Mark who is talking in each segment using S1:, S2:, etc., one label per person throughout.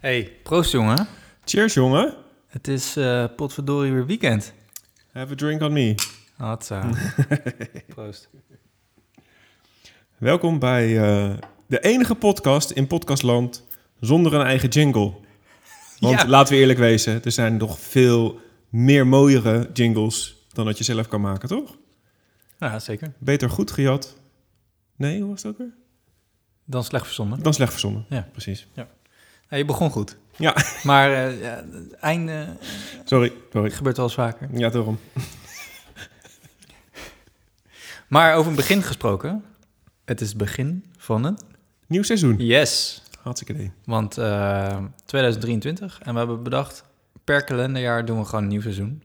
S1: Hey, proost jongen.
S2: Cheers, jongen.
S1: Het is eh potverdorie weer weekend.
S2: Have a drink on me.
S1: Hatsa. proost.
S2: Welkom bij eh, de enige podcast in podcastland zonder een eigen jingle. Want
S1: Ja.
S2: laten we eerlijk wezen, er zijn nog veel meer mooiere jingles dan dat je zelf kan maken, toch?
S1: Ja, zeker.
S2: Beter goed gejat. Nee, hoe was dat weer?
S1: Dan slecht verzonnen.
S2: Dan slecht verzonnen.
S1: Ja.
S2: precies.
S1: Ja, je begon goed.
S2: Ja.
S1: Maar eh, ja, het einde
S2: Sorry, sorry.
S1: gebeurt wel eens vaker.
S2: Ja, daarom.
S1: Maar over een begin gesproken. Het is het begin van een...
S2: Nieuw seizoen.
S1: Yes.
S2: Hartstikke idee.
S1: Want eh, 2023. En we hebben bedacht, per kalenderjaar doen we gewoon een nieuw seizoen.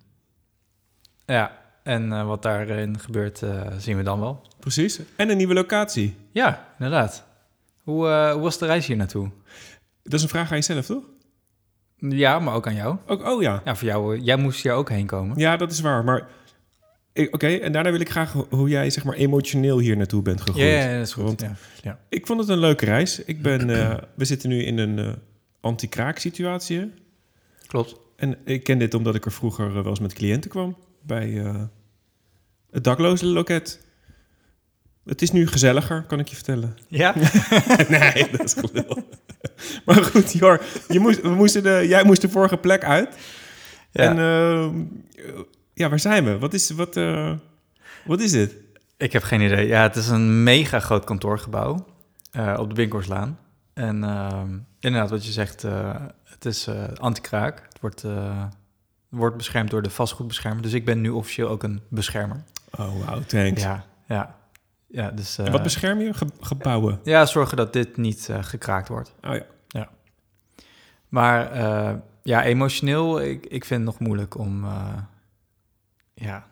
S1: Ja, en eh, wat daarin gebeurt eh, zien we dan wel.
S2: Precies. En een nieuwe locatie.
S1: Ja, inderdaad. Hoe, eh, hoe was de reis hier naartoe?
S2: Dat is een vraag aan jezelf, toch?
S1: Ja, maar ook aan jou.
S2: Ook, oh ja.
S1: Ja, voor jou. eh, Jij moest hier ook heen komen.
S2: Ja, dat is waar. Maar ik- oké, en daarna wil ik graag ho- hoe jij zeg maar emotioneel hier naartoe bent gegroeid.
S1: Ja, ja, ja, dat is goed.
S2: Want-
S1: ja.
S2: Ik vond het een leuke reis. Ik ben, eh, we zitten nu in een eh, anti-kraak situatie. hè.
S1: Klopt.
S2: En ik ken dit omdat ik er vroeger eh, wel eens met cliënten kwam bij eh, het daklozenloket. Het is nu gezelliger, kan ik je vertellen.
S1: Ja?
S2: nee, dat is gelul. maar goed, Jor, je moest, we moesten de, jij moest de vorige plek uit. En eh, ja, waar zijn we? Wat is, wat, eh, wat is dit?
S1: Ik heb geen idee. Ja, het is een mega groot kantoorgebouw eh, op de Binkhorstlaan. En ehm, inderdaad, wat je zegt, eh, het is eh anti-kraak. Het wordt, eh, wordt beschermd door de vastgoedbeschermer. Dus ik ben nu officieel ook een beschermer.
S2: Oh, wow, thanks.
S1: Ja, ja. ja dus, eh,
S2: En wat bescherm je? Ge- gebouwen.
S1: ja, zorgen dat dit niet eh, gekraakt wordt.
S2: Oh ja.
S1: Maar eh, ja, emotioneel, ik, ik vind het nog moeilijk om eh, ja,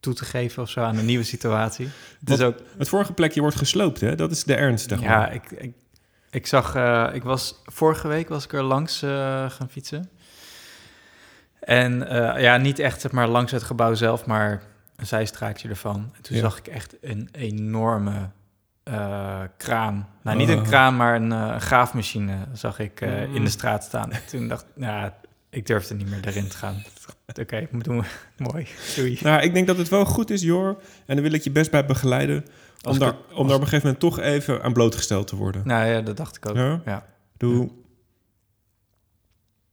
S1: toe te geven of zo aan een nieuwe situatie. Het is
S2: Wat-
S1: ook,
S2: Het vorige plekje wordt gesloopt, hè? Dat is de ernst, zeg maar.
S1: ja, ik, ik, ik zag, eh, ik was, vorige week was ik er langs eh, gaan fietsen. En eh, ja, niet echt zeg maar langs het gebouw zelf, maar een zijstraatje ervan. En toen
S2: Ja.
S1: zag ik echt een enorme eh, kraan. Nou, niet een
S2: Oh.
S1: kraan, maar een eh, graafmachine zag ik eh, in
S2: Mm.
S1: de straat staan. En toen dacht ik, nou, ik durfde niet meer erin te gaan. Oké, moet doen we. Mooi. Doei.
S2: Nou, ik denk dat het wel goed is, Jor. En daar wil ik je best bij begeleiden. Om,
S1: Als
S2: daar,
S1: ik-
S2: om daar op een gegeven moment toch even aan blootgesteld te worden.
S1: Nou ja, dat dacht ik ook. Ja,
S2: Ja?
S1: ja.
S2: Doe,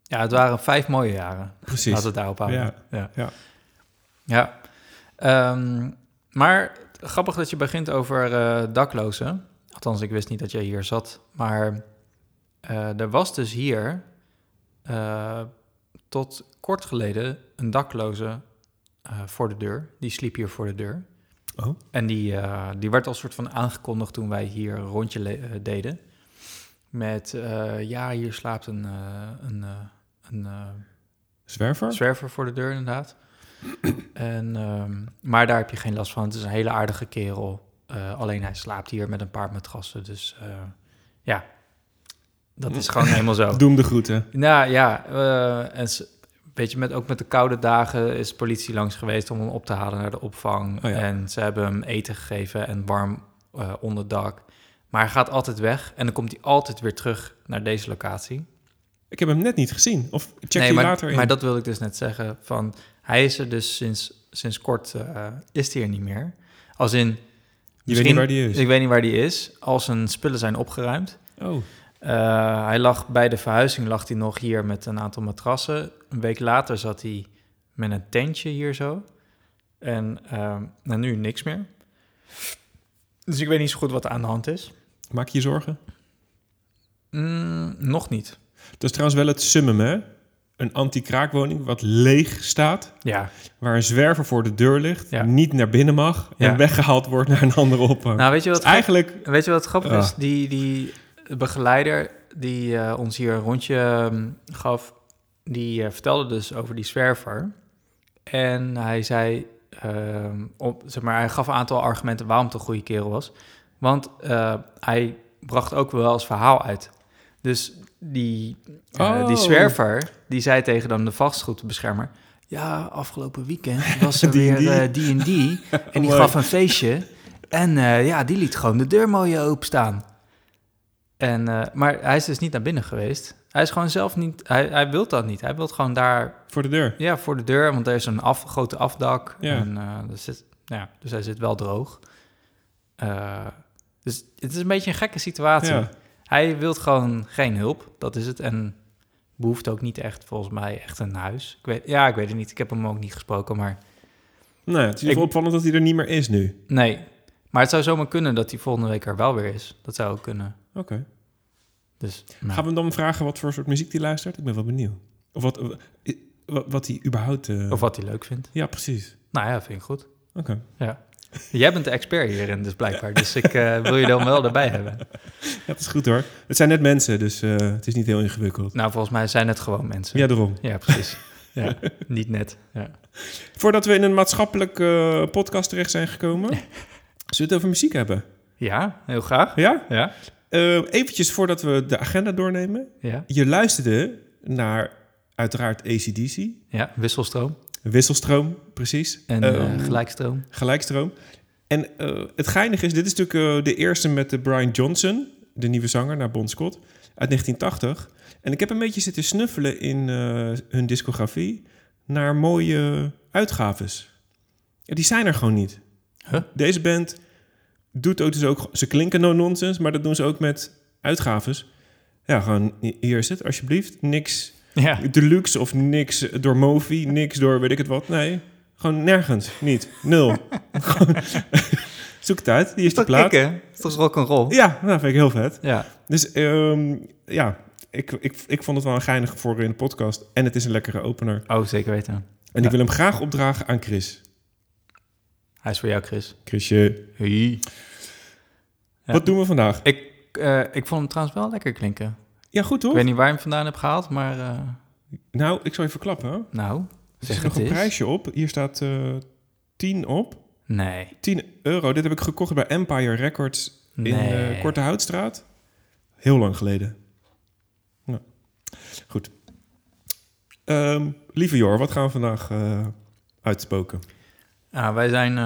S1: het waren vijf mooie jaren.
S2: precies.
S1: Laten we het daarop houden.
S2: Ja.
S1: ja.
S2: Ja.
S1: Ja. Ehm, maar grappig dat je begint over eh, daklozen. Althans, ik wist niet dat jij hier zat. Maar eh, er was dus hier eh, tot kort geleden een dakloze eh, voor de deur. Die sliep hier voor de deur.
S2: Oh.
S1: En die, eh, die werd als soort van aangekondigd toen wij hier een rondje le- eh, deden. Met, eh, ja, hier slaapt een, eh, een, eh, een eh,
S2: Zwerver?
S1: zwerver voor de deur, inderdaad. en, ehm, maar daar heb je geen last van. Het is een hele aardige kerel. Eh, alleen hij slaapt hier met een paar matrassen. Dus eh, ja, dat is gewoon helemaal zo.
S2: Doe hem de groeten.
S1: Nou ja, eh, en s- weet je, met, ook met de koude dagen is de politie langs geweest om hem op te halen naar de opvang.
S2: Oh ja.
S1: En ze hebben hem eten gegeven en warm eh, onderdak. Maar hij gaat altijd weg en dan komt hij altijd weer terug naar deze locatie
S2: Ik heb hem net niet gezien. Of check
S1: nee,
S2: je
S1: maar,
S2: later in.
S1: maar dat wilde ik dus net zeggen. Van, hij is er dus sinds, sinds kort, eh, is hij er niet meer. Als in,
S2: je weet niet waar die is.
S1: ik weet niet waar die is. Al zijn spullen zijn opgeruimd.
S2: Oh,
S1: Eh, hij lag bij de verhuizing lag hij nog hier met een aantal matrassen. Een week later zat hij met een tentje hier zo. En ehm, nou, nu niks meer. Dus ik weet niet zo goed wat er aan de hand is.
S2: maak je je zorgen?
S1: Mm, nog niet.
S2: Dat is trouwens wel het summum, hè? Een anti-kraakwoning wat leeg staat.
S1: Ja,
S2: Waar een zwerver voor de deur ligt.
S1: Ja.
S2: Niet naar binnen mag. En
S1: Ja.
S2: weggehaald wordt naar een andere opvang.
S1: nou weet je
S2: Dus
S1: wat
S2: eigenlijk...
S1: En Weet je wat grappig
S2: Ja.
S1: is? Die, die begeleider die eh, ons hier een rondje ehm, gaf, die eh, vertelde dus over die zwerver. En hij zei, ehm, op, zeg maar, hij gaf een aantal argumenten waarom het een goede kerel was. Want eh, hij bracht ook wel als verhaal uit. Dus die, eh,
S2: Oh.
S1: die zwerver, die zei tegen dan de vastgoedbeschermer... Ja, afgelopen weekend was er
S2: Die en
S1: weer
S2: die.
S1: eh, die en die. En die
S2: Mooi.
S1: gaf een feestje. En eh, ja, die liet gewoon de deur mooi openstaan. En, eh, maar hij is dus niet naar binnen geweest. Hij is gewoon zelf niet... Hij, hij wil dat niet. Hij wil gewoon daar
S2: Voor de deur.
S1: ja, voor de deur, want er is een af, grote afdak.
S2: Ja.
S1: En, eh, er zit, ja, dus hij zit wel droog. Eh, dus het is een beetje een gekke situatie.
S2: Ja.
S1: Hij wil gewoon geen hulp, dat is het. En behoeft ook niet echt, volgens mij, echt een huis. Ik weet, ja, ik weet het niet. Ik heb hem ook niet gesproken, maar
S2: Nou, het is in ieder geval
S1: Ik-
S2: opvallend dat hij er niet meer is nu.
S1: nee. Maar het zou zomaar kunnen dat hij volgende week er wel weer is. Dat zou ook kunnen.
S2: Oké.
S1: Nou. Dus, nou.
S2: Gaan we hem dan vragen wat voor soort muziek hij luistert? Ik ben wel benieuwd. Of wat, eh, wat, wat hij überhaupt... eh,
S1: Of wat hij leuk vindt.
S2: Ja, precies.
S1: Nou ja, vind ik goed.
S2: Oké.
S1: Ja. Jij bent de expert hierin, dus blijkbaar. Dus ik eh, wil je dan wel erbij hebben.
S2: Ja, dat is goed hoor. Het zijn net mensen, dus eh, het is niet heel ingewikkeld.
S1: Nou, volgens mij zijn het gewoon mensen.
S2: Ja, daarom.
S1: Ja, precies. Ja, niet net. Ja.
S2: Voordat we in een maatschappelijk eh, podcast terecht zijn gekomen, zullen we het over muziek hebben?
S1: ja, heel graag.
S2: Ja?
S1: Ja,
S2: Even eventjes voordat we de agenda doornemen.
S1: ja,
S2: Je luisterde naar uiteraard ACDC,
S1: ja. Wisselstroom
S2: wisselstroom, precies.
S1: en
S2: Ehm,
S1: eh, gelijkstroom.
S2: gelijkstroom. En eh, het geinige is, dit is natuurlijk eh, de eerste met de Brian Johnson, de nieuwe zanger naar Bon Scott, uit 1980. En ik heb een beetje zitten snuffelen in eh, hun discografie naar mooie uitgaves. Ja, die zijn er gewoon niet.
S1: Huh?
S2: Deze band doet ook dus ook, ze klinken no nonsense, maar dat doen ze ook met uitgaves. Ja, gewoon hier is het, alsjeblieft. Niks
S1: Ja,
S2: deluxe of niks door Movi, niks door weet ik het wat. Nee, gewoon nergens. Niet. Nul. Gewoon- Zoek het uit. Die is de
S1: toch
S2: plaat.
S1: kicken? Is toch rock'n'roll? Ja.
S2: Ja, nou, vind ik heel vet.
S1: ja,
S2: Dus ehm, ja, ik, ik, ik vond het wel een geinig voor in de podcast. En het is een lekkere opener.
S1: oh, zeker weten.
S2: En
S1: Ja.
S2: ik wil hem graag opdragen aan Chris.
S1: Hij is voor jou, Chris.
S2: Chrisje,
S1: Hey. Ja.
S2: wat doen we vandaag?
S1: Ik, eh, ik vond hem trouwens wel lekker klinken.
S2: Ja, goed
S1: Ik
S2: toch?
S1: weet niet waar je hem vandaan hebt gehaald, maar eh,
S2: Nou, ik zal je verklappen. Er
S1: nou,
S2: zit
S1: zeg
S2: nog
S1: het
S2: een
S1: eens.
S2: prijsje op. Hier staat eh 10 op.
S1: Nee,
S2: 10 euro. Dit heb ik gekocht bij Empire Records
S1: nee.
S2: in eh, Korte Houtstraat. Heel lang geleden. Nou, goed. Ehm, lieve Jor, wat gaan we vandaag eh, uitspoken?
S1: Ah, wij zijn eh,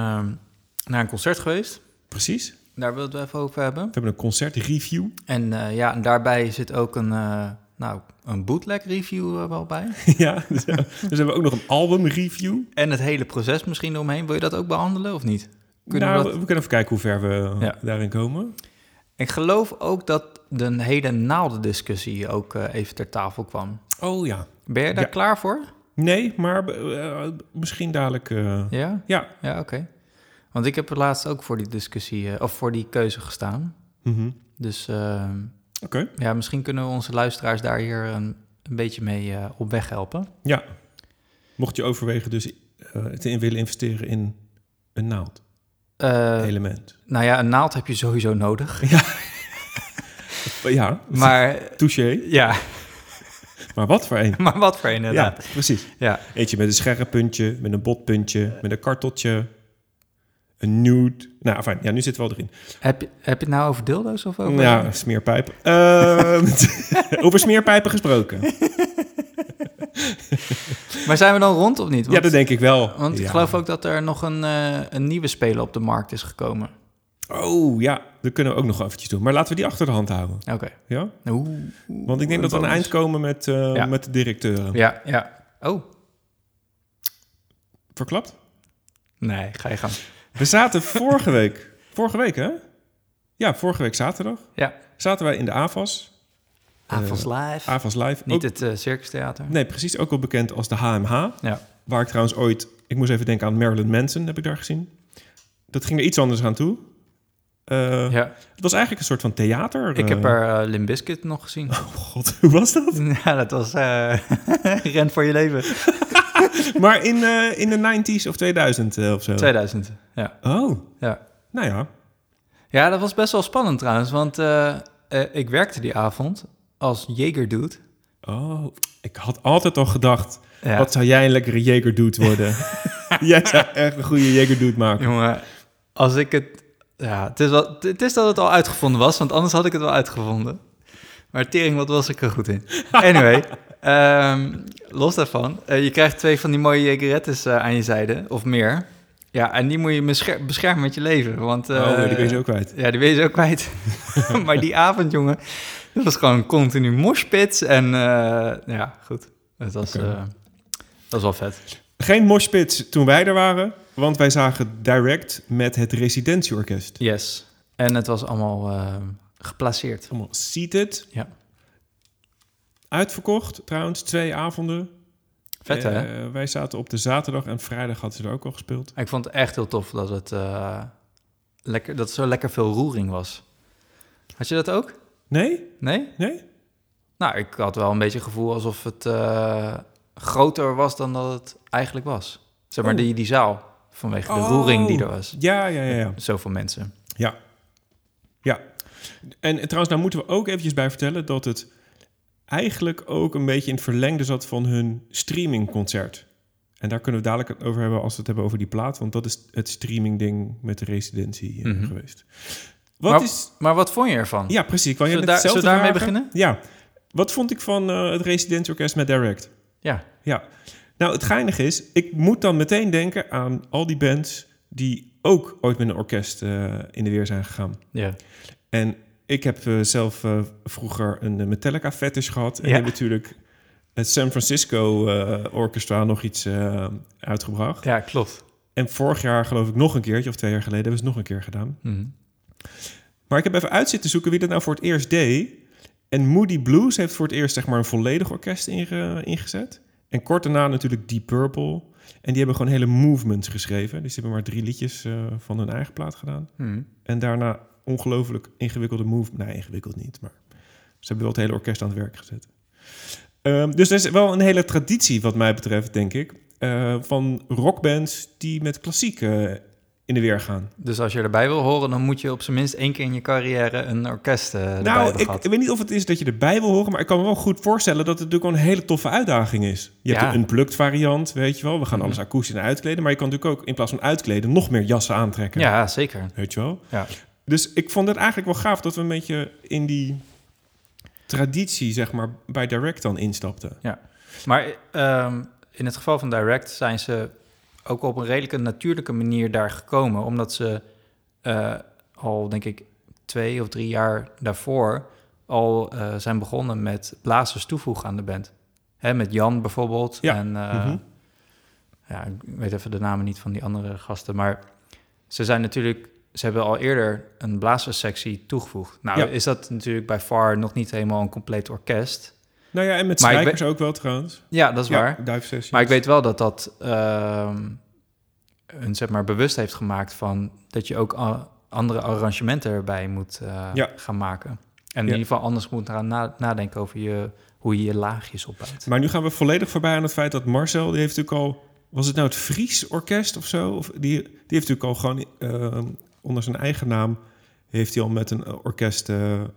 S1: naar een concert geweest.
S2: Precies. We
S1: Daar wilden we het even over hebben.
S2: hebben een concertreview.
S1: En eh, ja, en daarbij zit ook een, eh, nou, een bootleg review eh, wel bij.
S2: ja, dus, eh, dus hebben we ook nog een albumreview.
S1: En het hele proces misschien eromheen. Wil je dat ook behandelen of niet? Kunnen we
S2: Nou, we,
S1: dat...
S2: kunnen even kijken hoe ver we eh,
S1: Ja.
S2: daarin komen.
S1: Ik geloof ook dat de hele naaldendiscussie ook eh, even ter tafel kwam.
S2: Oh ja.
S1: Ben je daar
S2: Ja.
S1: klaar voor?
S2: Nee, maar eh, misschien dadelijk. eh,
S1: Ja?
S2: ja.
S1: Ja, oké. Want ik heb er laatst ook voor die discussie, eh, of voor die keuze gestaan.
S2: Mhm.
S1: Dus eh,
S2: Oké.
S1: ja, misschien kunnen we onze luisteraars daar hier een, een beetje mee eh, op weg helpen.
S2: Ja. Mocht je overwegen, dus eh, te in willen investeren in een naald
S1: Eh,
S2: element.
S1: nou ja, een naald heb je sowieso nodig.
S2: Ja,
S1: Maar
S2: touché.
S1: ja,
S2: Maar wat voor een?
S1: maar wat voor inderdaad.
S2: Ja, precies.
S1: Ja.
S2: Eentje met een scherrenpuntje, met een botpuntje, met een karteltje, een nude. Nou, fijn. Ja, nu zit het wel erin.
S1: Heb, je, heb je het nou over dildo's of over...
S2: ja, smeerpijp. Ehm, over smeerpijpen gesproken.
S1: Maar zijn we dan rond of niet?
S2: Ja, dat denk ik wel.
S1: Want ik
S2: Ja.
S1: geloof ook dat er nog een, eh, een nieuwe speler op de markt is gekomen.
S2: Oh, ja. Dat kunnen we ook nog eventjes doen. Maar laten we die achter de hand houden.
S1: Oké.
S2: Ja?
S1: Oeh, oeh,
S2: Want ik denk dat we aan
S1: bonus.
S2: het eind komen met, eh,
S1: Ja.
S2: met de directeuren.
S1: Ja, ja. Oh,
S2: Verklapt?
S1: nee, ga je gang.
S2: We zaten vorige week. Vorige week, hè? Ja, vorige week zaterdag.
S1: Ja.
S2: Zaten wij in de AVAS.
S1: Avals Live.
S2: AVAS Live.
S1: Niet
S2: Ook-
S1: het eh, Circus Theater.
S2: Eh, ah, oh. Nee, precies. Ook wel bekend als de HMH.
S1: Ja.
S2: Waar ik trouwens ooit... Ik moest even denken aan Marilyn Manson, heb ik daar gezien. Dat ging er iets anders aan toe. Eh,
S1: ja.
S2: Het was eigenlijk een soort van theater.
S1: Ik heb
S2: eh,
S1: er eh, Limp Bizkit nog gezien.
S2: Oh god, hoe was dat?
S1: ja, dat was eh, Ren voor je leven.
S2: maar in, eh, in de 90s of 2000 eh, of zo?
S1: 2000, ja.
S2: Oh,
S1: ja.
S2: nou ja.
S1: Ja, dat was best wel spannend trouwens, want eh, eh, ik werkte die avond als Jager Dude.
S2: Oh, ik had altijd al gedacht...
S1: Ja.
S2: Wat zou jij een lekkere Jagerdude worden? jij zou echt een goede Jagerdude maken.
S1: Jongen, als ik het... Ja, het is, wel, het is dat het al uitgevonden was, want anders had ik het wel uitgevonden. Maar tering, wat was ik er goed in. Anyway, ehm, los daarvan. eh, je krijgt twee van die mooie jagerettes eh, aan je zijde, of meer. Ja, en die moet je bescher- beschermen met je leven, want... eh,
S2: oh, die ben je zo kwijt.
S1: Ja, die ben je zo kwijt. maar die avond, jongen, dat was gewoon continu moshpits. En eh, ja, goed. Het was,
S2: Oké.
S1: eh, dat was wel vet.
S2: Geen moshpits toen wij er waren, want wij zagen direct met het residentieorkest.
S1: Yes. En het was allemaal eh, geplaceerd.
S2: Allemaal seated.
S1: Ja.
S2: Uitverkocht trouwens, twee avonden.
S1: Vet, hè?
S2: Eh, wij zaten op de zaterdag en vrijdag hadden ze er ook al gespeeld.
S1: Ik vond het echt heel tof dat het eh, lekker, dat er zo lekker veel roering was. Had je dat ook?
S2: Nee?
S1: Nee?
S2: Nee?
S1: Nou, ik had wel een beetje het gevoel alsof het eh, groter was dan dat het eigenlijk was. Zeg maar,
S2: Oh.
S1: die, die zaal, vanwege de
S2: Oh.
S1: roering die er was.
S2: Ja, ja, ja, ja.
S1: Zoveel mensen.
S2: Ja. Ja. En trouwens, daar moeten we ook eventjes bij vertellen dat het eigenlijk ook een beetje in het verlengde zat van hun streamingconcert. En daar kunnen we dadelijk het over hebben als we het hebben over die plaat, want dat is het streamingding met de residentie eh,
S1: Mhm.
S2: geweest. Wat
S1: Maar-
S2: is.
S1: Maar wat vond je ervan?
S2: Ja, precies. Ik wou je
S1: zullen we,
S2: net
S1: daar- zullen we
S2: hetzelfde
S1: daarmee
S2: vragen.
S1: beginnen?
S2: Ja. Wat vond ik van eh, het residentieorkest met Direct?
S1: Ja.
S2: Ja. Nou, het geinige is, ik moet dan meteen denken aan al die bands die ook ooit met een orkest eh, in de weer zijn gegaan.
S1: ja.
S2: En ik heb eh, zelf eh, vroeger een eh, Metallica fetish gehad. En
S1: Ja.
S2: heb natuurlijk het San Francisco eh, Orchestra nog iets eh, uitgebracht.
S1: Ja, klopt.
S2: En vorig jaar geloof ik nog een keertje, of twee jaar geleden, hebben ze het nog een keer gedaan.
S1: Mhm.
S2: Maar ik heb even uit zitten zoeken wie dat nou voor het eerst deed. En Moody Blues heeft voor het eerst zeg maar een volledig orkest inge- ingezet. En kort daarna natuurlijk Deep Purple. En die hebben gewoon hele movements geschreven. Dus die hebben maar drie liedjes eh, van hun eigen plaat gedaan.
S1: Mhm.
S2: En daarna ongelooflijk ingewikkelde movements. Nou, ingewikkeld niet, maar ze hebben wel het hele orkest aan het werk gezet. Ehm, dus er is wel een hele traditie wat mij betreft, denk ik. eh, van rockbands die met klassiek eh, in de weer gaan.
S1: Dus als je erbij wil horen, dan moet je op zijn minst één keer in je carrière een orkest eh erbij
S2: Nou,
S1: hebben
S2: ik,
S1: gehad.
S2: ik weet niet of het is dat je erbij wil horen, maar ik kan me wel goed voorstellen dat het natuurlijk wel een hele toffe uitdaging is. Je
S1: Ja. Mm.
S2: hebt een unplugged variant, weet je wel. We gaan alles akoestisch en uitkleden, maar je kan natuurlijk ook in plaats van uitkleden nog meer jassen aantrekken.
S1: Ja, zeker.
S2: Weet je wel?
S1: Ja.
S2: Dus ik vond het eigenlijk wel gaaf dat we een beetje in die traditie, zeg maar, bij Direct dan instapten.
S1: Maar ehm, in het geval van Direct zijn ze ook op een redelijke natuurlijke manier daar gekomen. Omdat ze eh, al, denk ik, twee of drie jaar daarvoor al eh, zijn begonnen met blazers toevoegen aan de band. Hè, met Jan bijvoorbeeld.
S2: Ja.
S1: En, eh,
S2: Mhm.
S1: ja, ik weet even de namen niet van die andere gasten. Maar ze zijn natuurlijk... Ze hebben al eerder een blazerssectie toegevoegd. Nou,
S2: Ja.
S1: is dat natuurlijk bij far nog niet helemaal een compleet orkest.
S2: Nou ja, en met
S1: Maar ik
S2: strijkers ook wel trouwens.
S1: Ja, dat is waar.
S2: Ja, duifsessies.
S1: Maar ik weet wel dat dat ehm een zeg maar bewust heeft gemaakt van dat je ook a- andere arrangementen erbij moet eh,
S2: Ja.
S1: gaan maken. En in
S2: Ja.
S1: ieder geval anders moet gaan na- nadenken over je, hoe je je laagjes opbouwt.
S2: Maar nu gaan we volledig voorbij aan het feit dat Marcel, die heeft natuurlijk al, was het nou het Fries Orkest of zo? Of die, die heeft natuurlijk al gewoon eh, onder zijn eigen naam, heeft hij al met een eh, orkest eh, eh,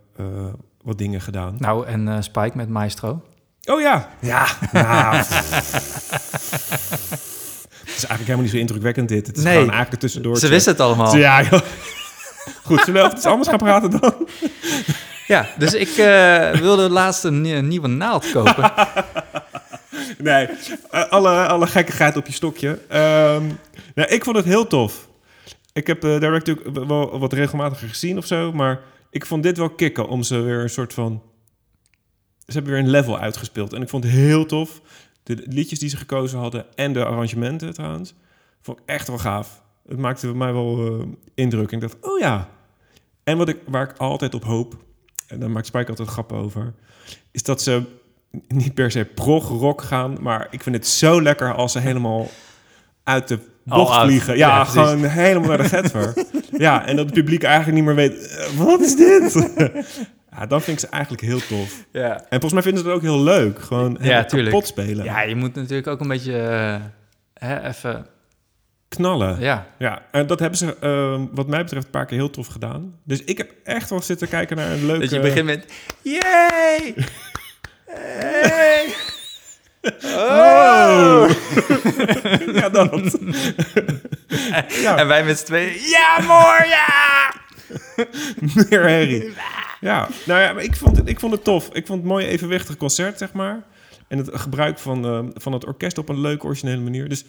S2: wat dingen gedaan.
S1: Nou, en eh, Spike met Maestro.
S2: Oh ja! Ja!
S1: nou.
S2: Het is eigenlijk helemaal niet zo indrukwekkend dit. Het is
S1: Nee.
S2: gewoon eigenlijk een tussendoor.
S1: Ze wisten het allemaal. Ja,
S2: Ja, joh. Goed, zullen we over iets anders gaan praten dan?
S1: dus ik eh, wilde laatst een nie- nieuwe naald kopen.
S2: Nee, eh, alle, alle gekkigheid op je stokje. Ehm, nou, ik vond het heel tof. Ik heb eh Direct natuurlijk wel wat regelmatiger gezien of zo, maar ik vond dit wel kicken om ze weer een soort van... Ze hebben weer een level uitgespeeld en ik vond het heel tof. De liedjes die ze gekozen hadden en de arrangementen trouwens, vond ik echt wel gaaf. Het maakte bij mij wel eh, indruk. En ik dacht, oh ja. En wat ik, waar ik altijd op hoop, en daar maakt Spike altijd grappen over, is dat ze niet per se prog-rock gaan, maar ik vind het zo lekker als ze helemaal uit de
S1: Al
S2: bocht
S1: uit.
S2: vliegen.
S1: Ja,
S2: Ja,
S1: precies.
S2: gewoon helemaal naar de getver. ja, en dat het publiek eigenlijk niet meer weet, eh, wat is dit? ja, dan vind ik ze eigenlijk heel tof.
S1: ja.
S2: En volgens mij vinden ze het ook heel leuk. Gewoon helemaal
S1: tuurlijk.
S2: kapot spelen.
S1: ja, je moet natuurlijk ook een beetje eh, hè, even.
S2: Knallen.
S1: Ja,
S2: Ja, en dat hebben ze ehm, wat mij betreft een paar keer heel tof gedaan. Dus ik heb echt wel zitten kijken naar een leuke...
S1: Dat je begint met... Yay! Hey! Oh!
S2: Oh! ja, dat. ja,
S1: En wij met z'n tweeën... Ja, mooi, ja!
S2: meer herrie. Ja, nou ja, maar ik vond, het, ik vond het tof. Ik vond het een mooi evenwichtig concert, zeg maar. En het gebruik van, ehm, van het orkest op een leuke, originele manier. Dus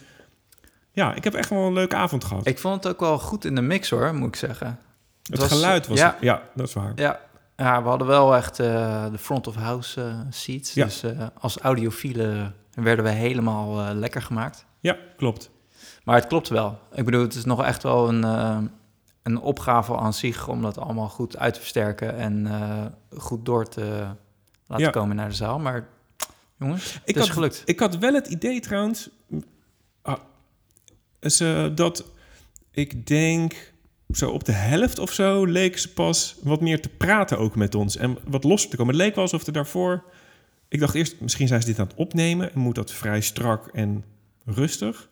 S2: ja, ik heb echt wel een leuke avond gehad.
S1: Ik vond het ook wel goed in de mix, hoor, moet ik zeggen.
S2: het
S1: was-
S2: geluid was...
S1: ja.
S2: Ja. dat is waar.
S1: Ja, Ja, we hadden wel echt eh, de front of house eh, seats.
S2: Ja.
S1: Dus eh, als audiofielen werden we helemaal eh, lekker gemaakt.
S2: Ja, klopt.
S1: Maar het klopt wel. Ik bedoel, het is nog echt wel een, eh, een opgave aan zich om dat allemaal goed uit te versterken en eh, goed door te laten
S2: Ja.
S1: komen naar de zaal. Maar jongens,
S2: Ik
S1: het is
S2: had-
S1: gelukt.
S2: Ik had wel het idee trouwens, ah, is, eh, dat ik denk zo op de helft of zo leek ze pas wat meer te praten ook met ons en wat losser te komen. Het leek wel alsof er daarvoor, ik dacht eerst misschien zijn ze dit aan het opnemen en moet dat vrij strak en rustig.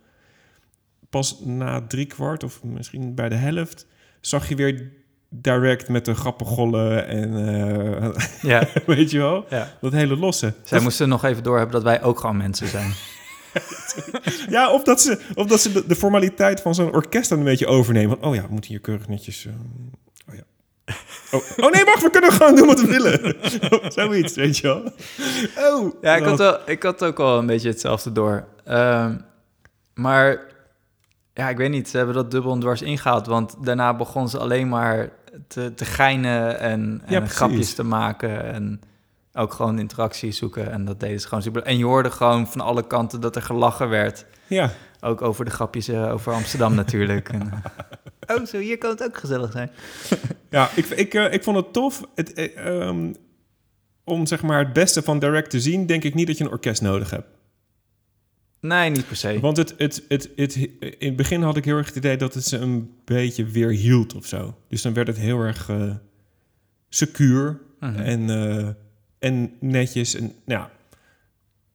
S2: Pas na drie kwart of misschien bij de helft zag je weer direct met de grappen gollen en eh,
S1: Ja,
S2: weet je wel,
S1: ja.
S2: dat hele losse.
S1: Zij moesten nog even doorhebben dat wij ook gewoon mensen zijn.
S2: Ja, of dat ze, of dat ze de, de formaliteit van zo'n orkest dan een beetje overnemen. Van, oh ja, we moeten hier keurig netjes... eh, oh ja. Oh, oh nee, wacht, we kunnen gewoon doen wat we willen. Zoiets, weet je wel. Oh,
S1: Ja, ik
S2: dat-
S1: had, wel, ik had ook al een beetje hetzelfde door. Ehm, maar ja, ik weet niet, ze hebben dat dubbel en dwars ingehaald. Want daarna begon ze alleen maar te, te geinen en, en
S2: Ja, precies.
S1: grapjes te maken. En ook gewoon interactie zoeken. En dat deden ze gewoon super. En je hoorde gewoon van alle kanten dat er gelachen werd.
S2: Ja,
S1: Ook over de grapjes eh, over Amsterdam natuurlijk. En, oh, zo hier kan het ook gezellig zijn.
S2: ja ik, ik, eh, ik vond het tof. Het, eh, ehm, om zeg maar het beste van direct te zien, denk ik niet dat je een orkest nodig hebt.
S1: Nee, niet per se.
S2: Want het, het, het, het, in het begin had ik heel erg het idee dat het ze een beetje weer hield of zo. Dus dan werd het heel erg eh, secuur
S1: Mhm.
S2: en, eh, en netjes. En, nou ja.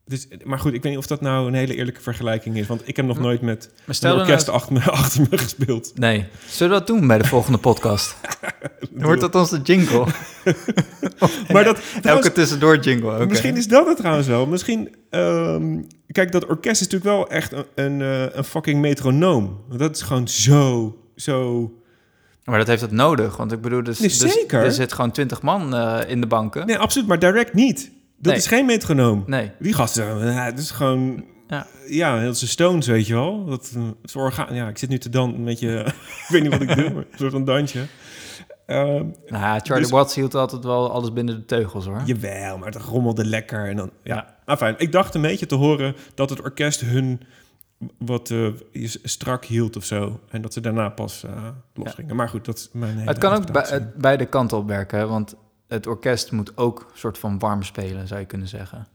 S2: dus, maar goed, ik weet niet of dat nou een hele eerlijke vergelijking is. Want ik heb nog nooit met
S1: Maar stel nou-
S2: een
S1: dan
S2: orkest achter, me, achter me gespeeld.
S1: Nee. Zullen we dat doen bij de volgende podcast? Wordt dat onze jingle?
S2: maar dat, trouwens,
S1: Elke tussendoor jingle ook. hè?
S2: Misschien is dat het trouwens wel. Misschien, ehm, kijk, dat orkest is natuurlijk wel echt een, een, eh, een fucking metronoom. Want Dat is gewoon zo, zo...
S1: Maar dat heeft het nodig, want ik bedoel, dus,
S2: Nee,
S1: dus-
S2: zeker.
S1: er zit gewoon twintig man eh, in de banken.
S2: Nee, absoluut, maar direct niet. Dat
S1: Nee.
S2: is geen metronoom.
S1: Nee.
S2: Die gasten, eh, het is gewoon...
S1: Ja.
S2: Ja, ja heel zijn stones, weet je wel. Dat, eh, het is orgaan. Ja, ik zit nu te dansen met je... ik weet niet wat ik doe, maar een soort van dansje. Ehm,
S1: Nou, Charlie
S2: Dus-
S1: Watts hield altijd wel alles binnen de teugels, hoor.
S2: jawel, maar het rommelde lekker. En dan, ja.
S1: Ja.
S2: Nou, fijn. Ik dacht een beetje te horen dat het orkest hun wat eh, is- strak hield of zo. En dat ze daarna pas eh losgingen. Maar goed, dat is mijn hele
S1: het kan ook bij,
S2: interpretatie.
S1: het- beide kanten op werken, hè, want het orkest moet ook een soort van warm spelen, zou je kunnen zeggen.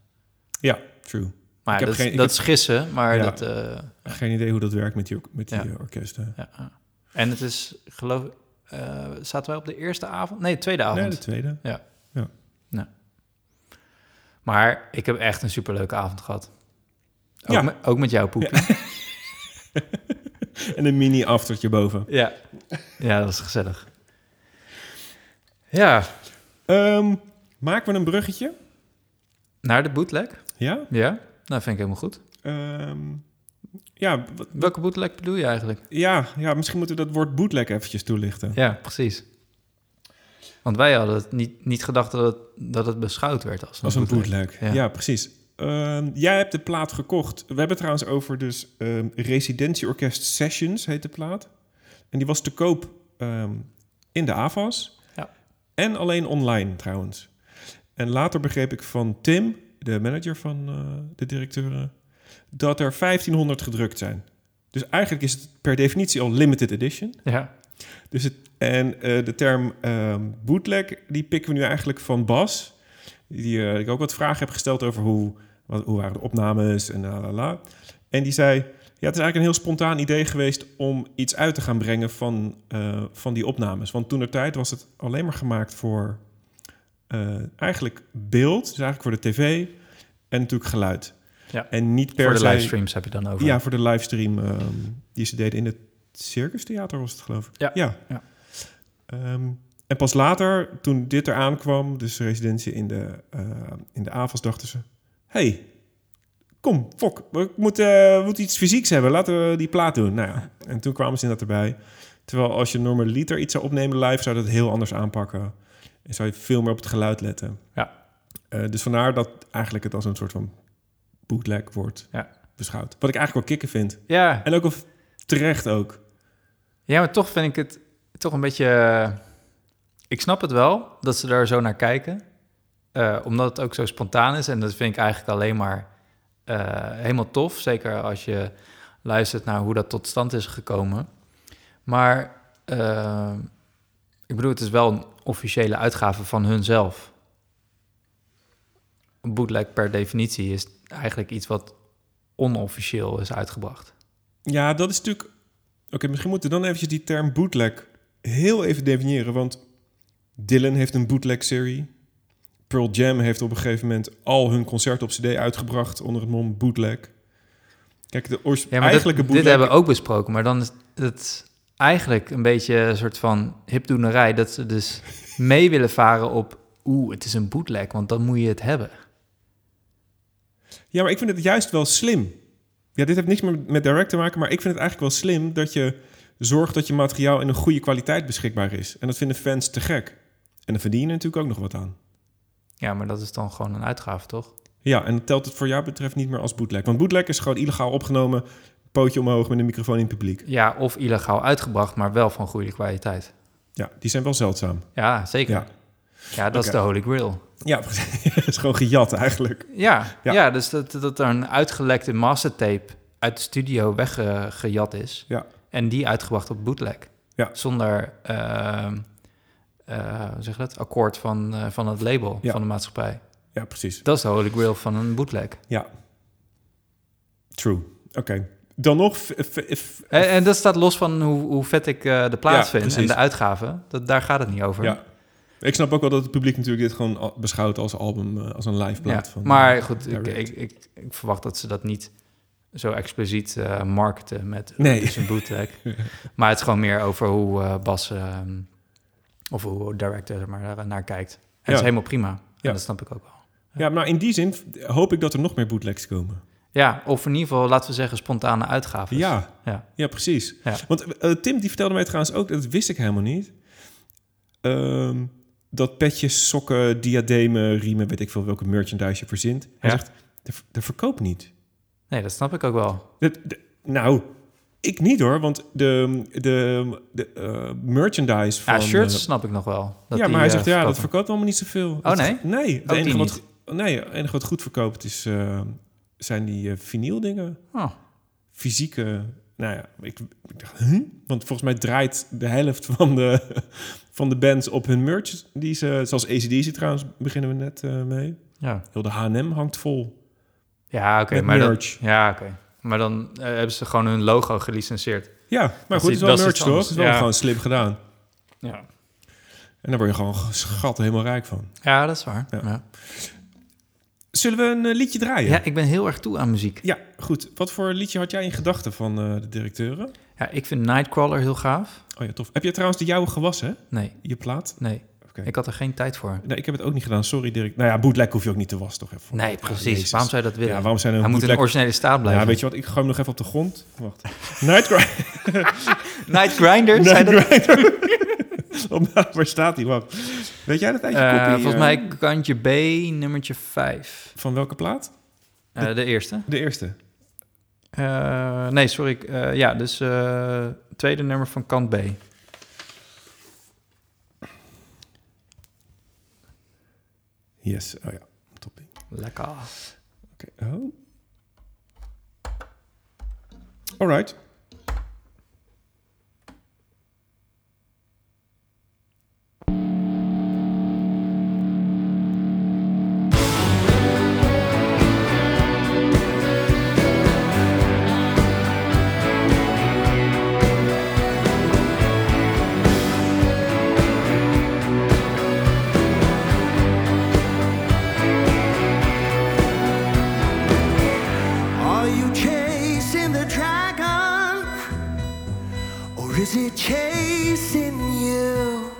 S2: Ja, true.
S1: Maar
S2: Ik
S1: ja,
S2: heb
S1: dat, is-
S2: geen- ik
S1: dat
S2: heb-
S1: is gissen, maar
S2: Ja.
S1: dat... eh,
S2: Geen idee hoe dat werkt met die, or- met die
S1: Ja.
S2: eh, orkesten.
S1: ja. En het is, geloof ik, eh, zaten wij op de eerste avond? Nee, de tweede avond.
S2: Nee, de tweede.
S1: Maar ik heb echt een superleuke avond gehad. Ook,
S2: Ja.
S1: met, ook met jouw poep. Ja.
S2: En een mini-aftertje boven.
S1: ja. dat was gezellig. Ja,
S2: Ehm, maken we een bruggetje?
S1: naar de bootleg.
S2: Ja?
S1: Ja, nou vind ik helemaal goed.
S2: Ehm, ja, wat-
S1: Welke bootleg bedoel je eigenlijk?
S2: ja, ja, misschien moeten we dat woord bootleg eventjes toelichten.
S1: Ja, precies. Want wij hadden het niet, niet gedacht dat het, dat het beschouwd werd als een,
S2: Als een bootleg.
S1: Ja.
S2: Ja, precies. Ehm, jij hebt de plaat gekocht. We hebben het trouwens over dus ehm Residentieorkest Sessions heet de plaat. En die was te koop ehm, in de AVAS.
S1: Ja.
S2: En alleen online trouwens. En later begreep ik van Tim, de manager van eh, de directeuren, dat er 1500 gedrukt zijn. Dus eigenlijk is het per definitie al limited edition.
S1: Ja,
S2: Dus het, en eh, de term ehm, bootleg, die pikken we nu eigenlijk van Bas. Die eh, ik ook wat vragen heb gesteld over hoe, wat, hoe waren de opnames en la la la. En die zei, ja, het is eigenlijk een heel spontaan idee geweest om iets uit te gaan brengen van, eh, van die opnames. Want toen de tijd was het alleen maar gemaakt voor eh, eigenlijk beeld, dus eigenlijk voor de tv en natuurlijk geluid.
S1: Ja.
S2: En niet per
S1: voor de
S2: se-
S1: livestreams heb je dan over.
S2: ja, voor de livestream ehm, die ze deden in het Circus Theater was het geloof ik.
S1: Ja.
S2: ja.
S1: Ja.
S2: Ehm, en pas later, toen dit eraan kwam, dus de residentie in de, eh in de AFAS, dachten ze... hey, kom, fok, we moeten, we moeten iets fysieks hebben. Laten we die plaat doen. Nou ja, en toen kwamen ze inderdaad erbij. Terwijl als je normaliter iets zou opnemen live, zou dat heel anders aanpakken. En zou je veel meer op het geluid letten.
S1: Ja.
S2: Eh, dus vandaar dat eigenlijk het als een soort van bootleg wordt
S1: Ja.
S2: beschouwd. Wat ik eigenlijk wel kicken vind.
S1: ja.
S2: En ook of terecht ook.
S1: ja, maar toch vind ik het toch een beetje eh, ik snap het wel dat ze daar zo naar kijken. eh, omdat het ook zo spontaan is. En dat vind ik eigenlijk alleen maar eh, helemaal tof. Zeker als je luistert naar hoe dat tot stand is gekomen. Maar eh, ik bedoel, het is wel een officiële uitgave van hunzelf. Een bootleg per definitie is eigenlijk iets wat onofficieel is uitgebracht.
S2: Ja, dat is natuurlijk... Oké, misschien moeten we dan eventjes die term bootleg heel even definiëren. Want Dylan heeft een bootleg-serie. Pearl Jam heeft op een gegeven moment al hun concerten op cd uitgebracht onder het mom bootleg. Kijk, de oors-
S1: Ja, maar
S2: eigenlijke
S1: dit, dit
S2: bootleg...
S1: hebben we ook besproken, maar dan is het eigenlijk een beetje een soort van hipdoenerij dat ze dus mee willen varen op oeh, het is een bootleg, want dan moet je het hebben.
S2: Ja, maar ik vind het juist wel slim. Ja, dit heeft niks meer met direct te maken, maar ik vind het eigenlijk wel slim dat je zorgt dat je materiaal in een goede kwaliteit beschikbaar is. En dat vinden fans te gek. En dan verdien je er natuurlijk ook nog wat aan.
S1: Ja, maar dat is dan gewoon een uitgave, toch?
S2: Ja, en dat telt het voor jou betreft niet meer als bootleg. Want bootleg is gewoon illegaal opgenomen, pootje omhoog met een microfoon in het publiek.
S1: Ja, of illegaal uitgebracht, maar wel van goede kwaliteit.
S2: Ja, die zijn wel zeldzaam.
S1: Ja, zeker. Ja,
S2: Ja,
S1: dat
S2: Oké.
S1: is de holy grail.
S2: ja precies. Het is gewoon gejat eigenlijk.
S1: Ja,
S2: Ja.
S1: ja. dus dat, dat er een uitgelekte mastertape uit de studio weggejat is.
S2: Ja.
S1: En die uitgebracht op bootleg.
S2: Ja.
S1: Zonder, ehm, eh, hoe zeg je dat, akkoord van, eh, van het label,
S2: Ja.
S1: van de maatschappij.
S2: Ja, precies.
S1: Dat is de holy grail van een bootleg.
S2: Ja. True. Oké. Dan nog... f- f- f-
S1: En, en dat staat los van hoe, hoe vet ik eh, de plaats
S2: Ja,
S1: vind en
S2: precies.
S1: de uitgaven. Dat, daar gaat het niet over.
S2: Ja. Ik snap ook wel dat het publiek natuurlijk dit gewoon al- beschouwt als album, eh, als een live plaat.
S1: Ja,
S2: van,
S1: maar
S2: eh,
S1: goed, ik,
S2: Direct.
S1: ik, ik, ik verwacht dat ze dat niet zo expliciet eh, marketen met
S2: Nee.
S1: het is een bootleg. maar het is gewoon meer over hoe eh, Bas ehm, of hoe Director er maar naar, naar kijkt. En
S2: Ja.
S1: dat is helemaal prima. En
S2: Ja.
S1: Dat snap ik ook wel.
S2: Ja, maar nou, in die zin hoop ik dat er nog meer bootlegs komen.
S1: Ja, of in ieder geval, laten we zeggen, spontane uitgaven.
S2: Ja,
S1: Ja.
S2: ja precies.
S1: Ja.
S2: Want eh, Tim die vertelde mij trouwens ook, dat wist ik helemaal niet, ehm, dat petjes, sokken, diademen, riemen, weet ik veel welke merchandise je verzint. Hij
S1: Ja.
S2: zegt, de, de verkoop niet.
S1: Nee, dat snap ik ook wel.
S2: Dat- de- nou, ik niet hoor, want de, de, de eh, merchandise van...
S1: ja, shirts
S2: eh,
S1: snap ik nog wel. dat
S2: ja,
S1: die,
S2: maar hij
S1: eh,
S2: zegt, ja, dat
S1: verkopen.
S2: verkoopt allemaal niet zoveel.
S1: Oh,
S2: Dat-
S1: nee?
S2: Nee, het
S1: Ook
S2: enige,
S1: die
S2: wat, nee, het enige wat goed verkoopt is, eh, zijn die eh, vinyldingen.
S1: Oh.
S2: Fysieke, nou ja, ik, ik dacht, huh? Want volgens mij draait de helft van de, van de bands op hun merch. Die ze, zoals ACDC trouwens, beginnen we net eh, mee.
S1: Ja,
S2: Heel de H&M hangt vol
S1: ja oké.
S2: met
S1: maar dat-
S2: merch.
S1: ja, oké. Maar dan eh, hebben ze gewoon hun logo gelicenseerd.
S2: Ja, maar goed,
S1: is-
S2: het is wel
S1: dat is
S2: merch
S1: iets
S2: toch?
S1: anders,
S2: Het is wel
S1: ja.
S2: gewoon slim gedaan.
S1: Ja,
S2: En daar word je gewoon schat helemaal rijk van.
S1: ja dat is waar.
S2: Ja.
S1: Ja.
S2: Zullen we een eh, liedje draaien?
S1: ja, ik ben heel erg toe aan muziek.
S2: Ja, goed. Wat voor liedje had jij in gedachten van eh, de directeuren?
S1: Ja, ik vind Nightcrawler heel gaaf.
S2: Oh ja, tof. Heb je trouwens de jouwe gewassen,
S1: Nee,
S2: je plaat?
S1: nee.
S2: Oké.
S1: Ik had er geen tijd voor.
S2: Nee, ik heb het ook niet gedaan. Sorry, Dirk. Nou ja, bootleg hoef je ook niet te wassen, toch? Even.
S1: Nee, precies.
S2: Jezus.
S1: Waarom zou je dat willen?
S2: Ja, waarom zijn er
S1: Hij moet in de
S2: bootleg...
S1: originele staat blijven.
S2: Ja, weet je wat? Ik gooi hem nog even op de grond. Wacht. Nightcrawler.
S1: Night Grinder? zei dat?
S2: Nightcrawler. Oh, maar Waar staat hij? Wacht. Weet jij dat eindje
S1: Eh,
S2: kopie,
S1: volgens
S2: eh,
S1: mij kantje B, nummertje 5.
S2: Van welke plaat?
S1: Eh, de eerste.
S2: De eerste.
S1: Eh, nee, sorry. ik- eh, ja, dus eh, tweede nummer van kant B.
S2: Yes. Oh ja, toppie.
S1: Lekker.
S2: Oké. Oh. Alright.
S3: Are you chasing the dragon? Or is it chasing you?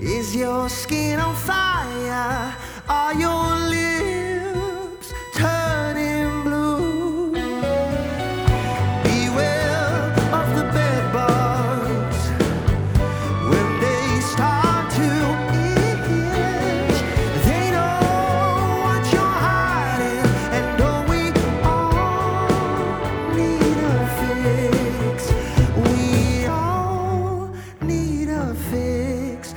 S3: Is your skin on fire? Are your lips turning blue? Beware of the bedbugs when they start to itch. They know what you're hiding, and don't we all need a fix? We all need a fix.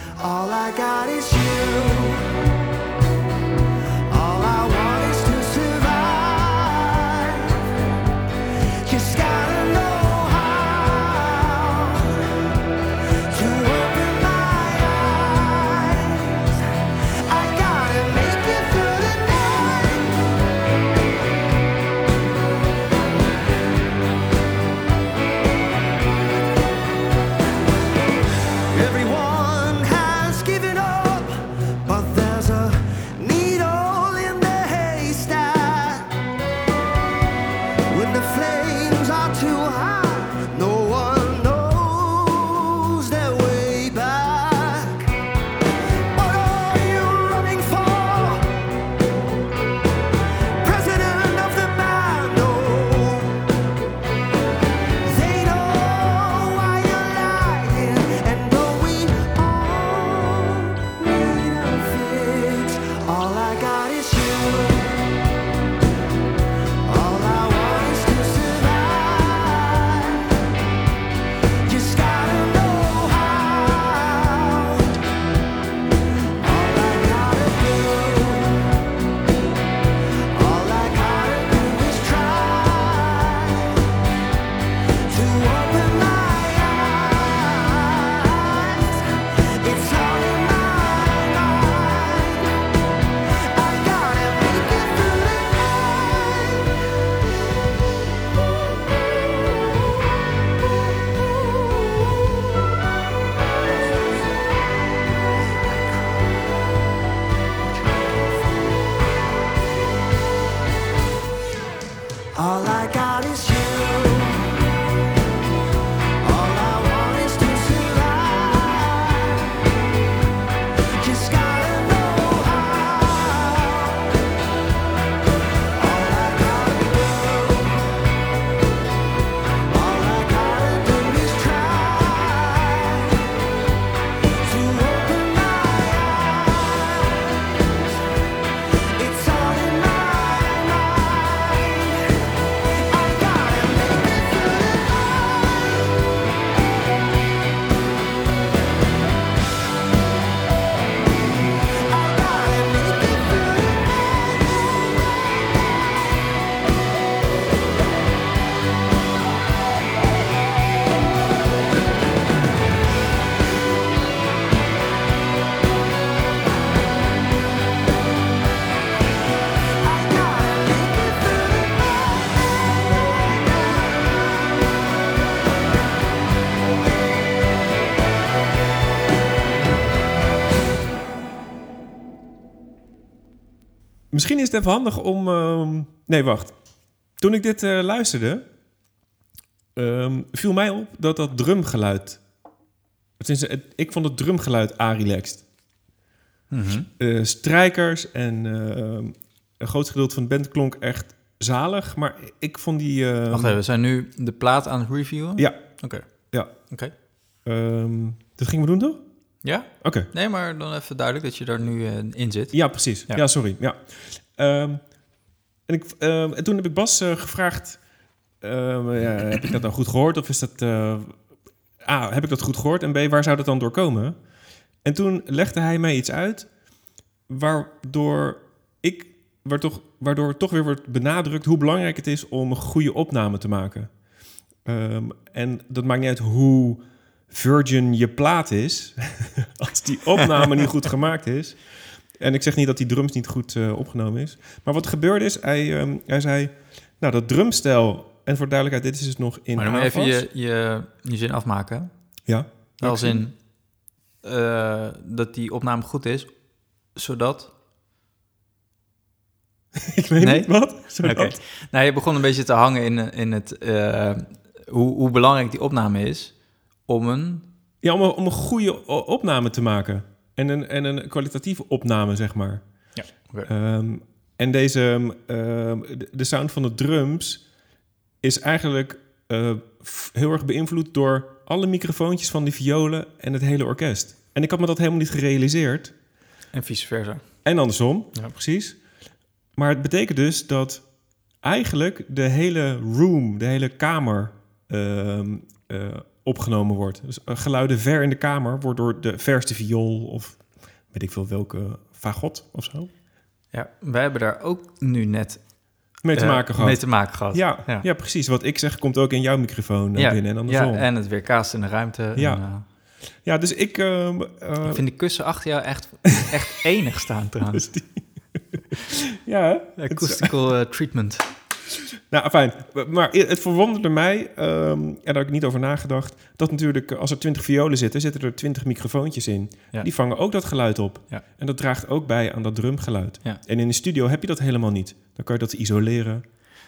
S3: the flames are too high. No one knows their way back. What are you running for? President of the band, oh. They know why you're lying, and though we all made a fix, all I got is you. All I want is to survive. Just gotta know how. All I gotta do. All I gotta do is try to open my eyes. It's all in my mind. I gotta make it through the All I got is you. All I want is to survive. Just gotta know how. All I gotta do. All I gotta do is try to open my eyes. It's all in my mind. I gotta make it through the night. I gotta make it through the I gotta make it through the
S2: Misschien is het even handig om. ehm, nee, wacht. Toen ik dit eh, luisterde, ehm, viel mij op dat dat drumgeluid. Tenminste, het- ik vond het drumgeluid a-relaxed.
S1: Mhm.
S2: Eh, strijkers en ehm, een groot gedeelte van de band klonk echt zalig, maar ik vond die. ehm,
S1: Wacht even, we zijn nu de plaat aan het reviewen.
S2: Ja,
S1: Oké.
S2: ja.
S1: Oké.
S2: Ehm, dat gingen we doen toch? Oké.
S1: Ja? Nee, maar dan even duidelijk dat je daar nu eh, in zit.
S2: Ja, precies. Ja,
S1: Ja.
S2: sorry. Ja. Ehm, en, ik, ehm, en toen heb ik Bas eh, gevraagd: ehm, ja, heb ik dat nou goed gehoord? Of is dat. eh, A, heb ik dat goed gehoord? En B, waar zou dat dan door komen? En toen legde hij mij iets uit waardoor ik. Waardoor, waardoor toch weer wordt benadrukt hoe belangrijk het is om een goede opname te maken. Ehm, en dat maakt niet uit hoe virgin je plaat is. als die opname niet goed gemaakt is. En ik zeg niet dat die drums niet goed eh, opgenomen is. Maar wat er gebeurde is, hij, ehm, hij zei... Nou, dat drumstijl... En voor duidelijkheid, dit is het nog in
S1: maar dan moet je even
S2: AFAS.
S1: je, je, je zin afmaken.
S2: Ja.
S1: Als in eh, dat die opname goed is, zodat...
S2: Ik weet
S1: Nee?
S2: niet wat. Zodat-
S1: Oké. Nou, je begon een beetje te hangen in, in het, eh, hoe, hoe belangrijk die opname is om een...
S2: Ja, om een, om een goede o- opname te maken. En een, en een kwalitatieve opname, zeg maar.
S1: Ja.
S2: Ehm, en deze, ehm, de- de sound van de drums is eigenlijk eh, f- heel erg beïnvloed door alle microfoontjes van die violen en het hele orkest. En ik had me dat helemaal niet gerealiseerd.
S1: En vice versa.
S2: En andersom,
S1: Ja.
S2: precies. Maar het betekent dus dat eigenlijk de hele room, de hele kamer ehm, eh, opgenomen wordt. Dus eh, geluiden ver in de kamer wordt door de verste viool of weet ik veel welke fagot of zo
S1: Ja, wij hebben daar ook nu net
S2: mee te
S1: eh,
S2: maken gehad.
S1: mee te maken gehad.
S2: ja, ja.
S1: Ja.
S2: precies. Wat ik zeg komt ook in jouw microfoon eh, binnen en andersom.
S1: ja,
S2: Ja,
S1: en het weerkaatst in de ruimte.
S2: Ja.
S1: En, eh,
S2: dus ik... ehm, eh,
S1: ik vind die kussen achter jou echt, echt enig staan trouwens.
S2: ja, hè? Het is-
S1: Acoustical eh, treatment.
S2: Nou, fijn. Maar het verwonderde mij, ehm, en daar heb ik niet over nagedacht, dat natuurlijk eh, als er twintig violen zitten, zitten er twintig microfoontjes in.
S1: Ja.
S2: Die vangen ook dat geluid op.
S1: Ja.
S2: En dat draagt ook bij aan dat drumgeluid.
S1: Ja.
S2: En in de studio heb je dat helemaal niet. Dan kan je dat isoleren.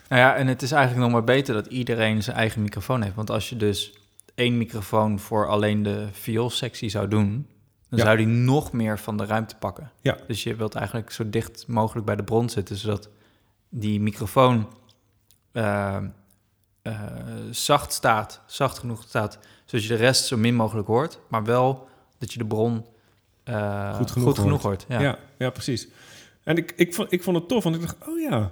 S1: Nou ja, en het is eigenlijk nog maar beter dat iedereen zijn eigen microfoon heeft. Want als je dus één microfoon voor alleen de vioolsectie zou doen, dan
S2: Ja.
S1: zou die nog meer van de ruimte pakken.
S2: Ja.
S1: Dus je wilt eigenlijk zo dicht mogelijk bij de bron zitten, zodat die microfoon eh, eh, zacht staat, zacht genoeg staat, zodat je de rest zo min mogelijk hoort, maar wel dat je de bron eh,
S2: Goed genoeg
S1: hoort.
S2: Ja,
S1: Ja.
S2: ja, precies. En ik, ik, vond, ik vond het tof, want ik dacht, oh ja,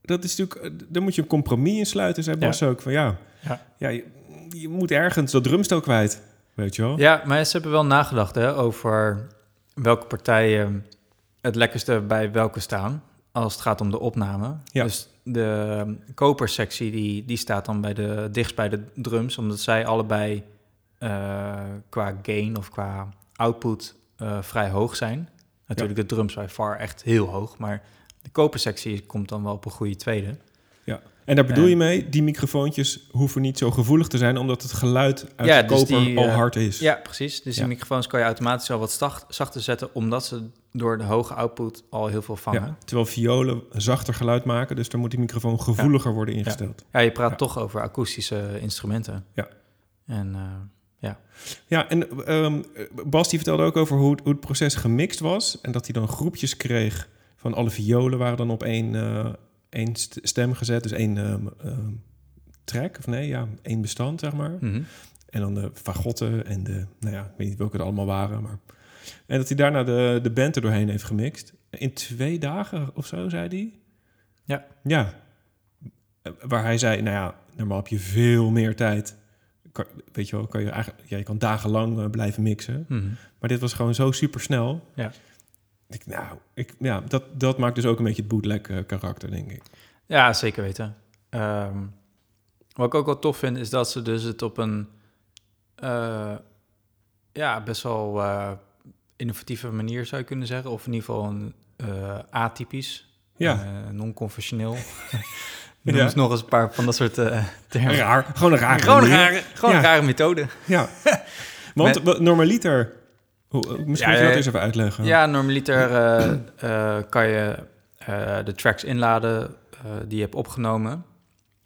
S2: dat is natuurlijk, eh, daar moet je een compromis in sluiten, zei
S1: Ja.
S2: Bas ook. Van ja,
S1: Ja.
S2: ja je, je moet ergens dat drumstel kwijt, weet je wel.
S1: Ja, maar ze hebben wel nagedacht hè, over welke partijen het lekkerste bij welke staan als het gaat om de opname.
S2: Ja.
S1: Dus de ehm, kopersectie die, die staat dan bij de, dichtst bij de drums, omdat zij allebei eh, qua gain of qua output eh, vrij hoog zijn. Natuurlijk de drums bij far echt heel hoog, maar de kopersectie komt dan wel op een goede tweede.
S2: En daar bedoel
S1: En-
S2: je mee, die microfoontjes hoeven niet zo gevoelig te zijn, omdat het geluid uit
S1: Ja,
S2: de
S1: dus
S2: koper
S1: die,
S2: al
S1: eh,
S2: hard is.
S1: Ja, precies. Dus
S2: Ja.
S1: die microfoons kan je automatisch al wat zacht- zachter zetten, omdat ze door de hoge output al heel veel vangen.
S2: Ja, terwijl violen een zachter geluid maken, dus daar moet die microfoon gevoeliger worden ingesteld.
S1: Ja, je praat
S2: Ja.
S1: toch over akoestische instrumenten.
S2: Ja.
S1: En eh,
S2: Ja, en ehm, Bas die vertelde ook over hoe het, hoe het proces gemixt was. En dat hij dan groepjes kreeg van alle violen waren dan op één, eh, één st- stem gezet. Dus één ehm, ehm, track, of nee, ja, één bestand, zeg maar.
S1: mhm.
S2: En dan de fagotten en de, nou ja, ik weet niet welke het allemaal waren. Maar... En dat hij daarna de, de band er doorheen heeft gemixt. In twee dagen of zo, zei hij.
S1: Ja.
S2: Ja. Eh, Waar hij zei, nou ja, normaal heb je veel meer tijd. Kan- weet je wel, kan je, eigenlijk, ja, je kan dagenlang eh, blijven mixen.
S1: Mhm.
S2: Maar dit was gewoon zo supersnel.
S1: Ja.
S2: Ik, nou, ik, ja, dat, dat maakt dus ook een beetje het bootleg eh, karakter, denk ik.
S1: ja, zeker weten. Ehm, wat ik ook wel tof vind, is dat ze dus het op een eh, ja, best wel eh, innovatieve manier zou je kunnen zeggen. Of in ieder geval een eh, atypisch,
S2: Ja,
S1: eh, non-conventioneel.
S2: Ja.
S1: Noem eens nog eens een paar van dat soort eh, termen.
S2: raar. Gewoon een raar.
S1: Gewoon een rare, gewoon een
S2: Ja.
S1: rare methode.
S2: Ja. Want wa- normaliter... Hoe- eh,
S1: Ja,
S2: misschien moet je dat
S1: ja,
S2: eens even uitleggen.
S1: Ja, normaliter eh, eh, kan je eh, de tracks inladen eh, die je hebt opgenomen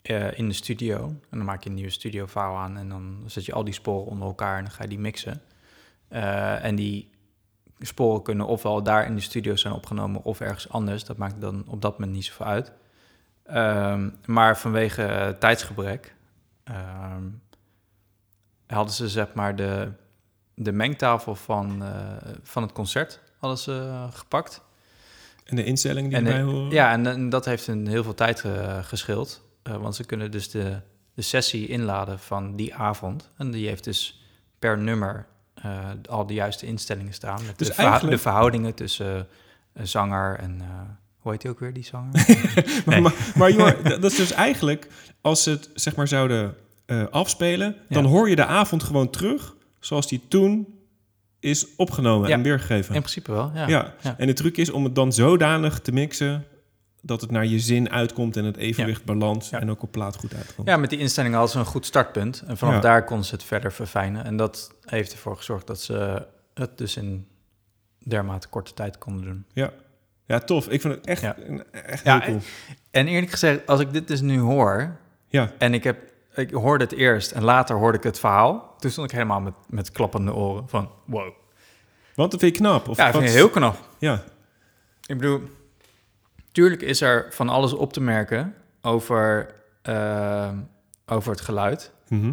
S1: eh, in de studio. En dan maak je een nieuwe studio file aan en dan zet je al die sporen onder elkaar en dan ga je die mixen. Eh, en die sporen kunnen ofwel daar in de studio zijn opgenomen of ergens anders. Dat maakt dan op dat moment niet zoveel uit. Ehm, maar vanwege eh, tijdsgebrek ehm, hadden ze zeg maar de de mengtafel van, eh, van het concert hadden ze eh, gepakt.
S2: En de instellingen die
S1: En,
S2: erbij
S1: eh,
S2: horen.
S1: Ja, en, en dat heeft hun heel veel tijd eh, geschild. Eh, want ze kunnen dus de, de sessie inladen van die avond. En die heeft dus per nummer eh, al de juiste instellingen staan. Met
S2: Dus
S1: de, verha-
S2: eigenlijk-
S1: de verhoudingen tussen eh, zanger en... eh, hoe heet die ook weer, die zanger?
S2: Maar,
S1: Nee.
S2: maar, maar joh, dat dat is dus eigenlijk... Als ze het, zeg maar, zouden eh, afspelen... dan
S1: Ja.
S2: hoor je de avond gewoon terug... zoals die toen is opgenomen
S1: Ja.
S2: en weergegeven.
S1: In principe wel, ja.
S2: ja.
S1: ja.
S2: En de truc is om het dan zodanig te mixen... dat het naar je zin uitkomt en het evenwicht, balans...
S1: Ja.
S2: en ook op plaat goed uitkomt.
S1: Ja, met die instellingen hadden ze een goed startpunt. En vanaf
S2: Ja.
S1: daar konden ze het verder verfijnen. En dat heeft ervoor gezorgd dat ze het dus in dermate korte tijd konden doen.
S2: Ja. Ja, tof. Ik vind het echt,
S1: Ja.
S2: echt
S1: Ja, eh,
S2: heel cool.
S1: En eerlijk gezegd, als ik dit dus nu hoor...
S2: Ja,
S1: en ik, heb, ik hoorde het eerst en later hoorde ik het verhaal... toen stond ik helemaal met, met klappende oren van... wow.
S2: want dat vind je knap. Of
S1: Ja, ik
S2: wat-
S1: vind het heel knap.
S2: Ja,
S1: Ik bedoel, tuurlijk is er van alles op te merken over, eh, over het geluid...
S2: Mhm.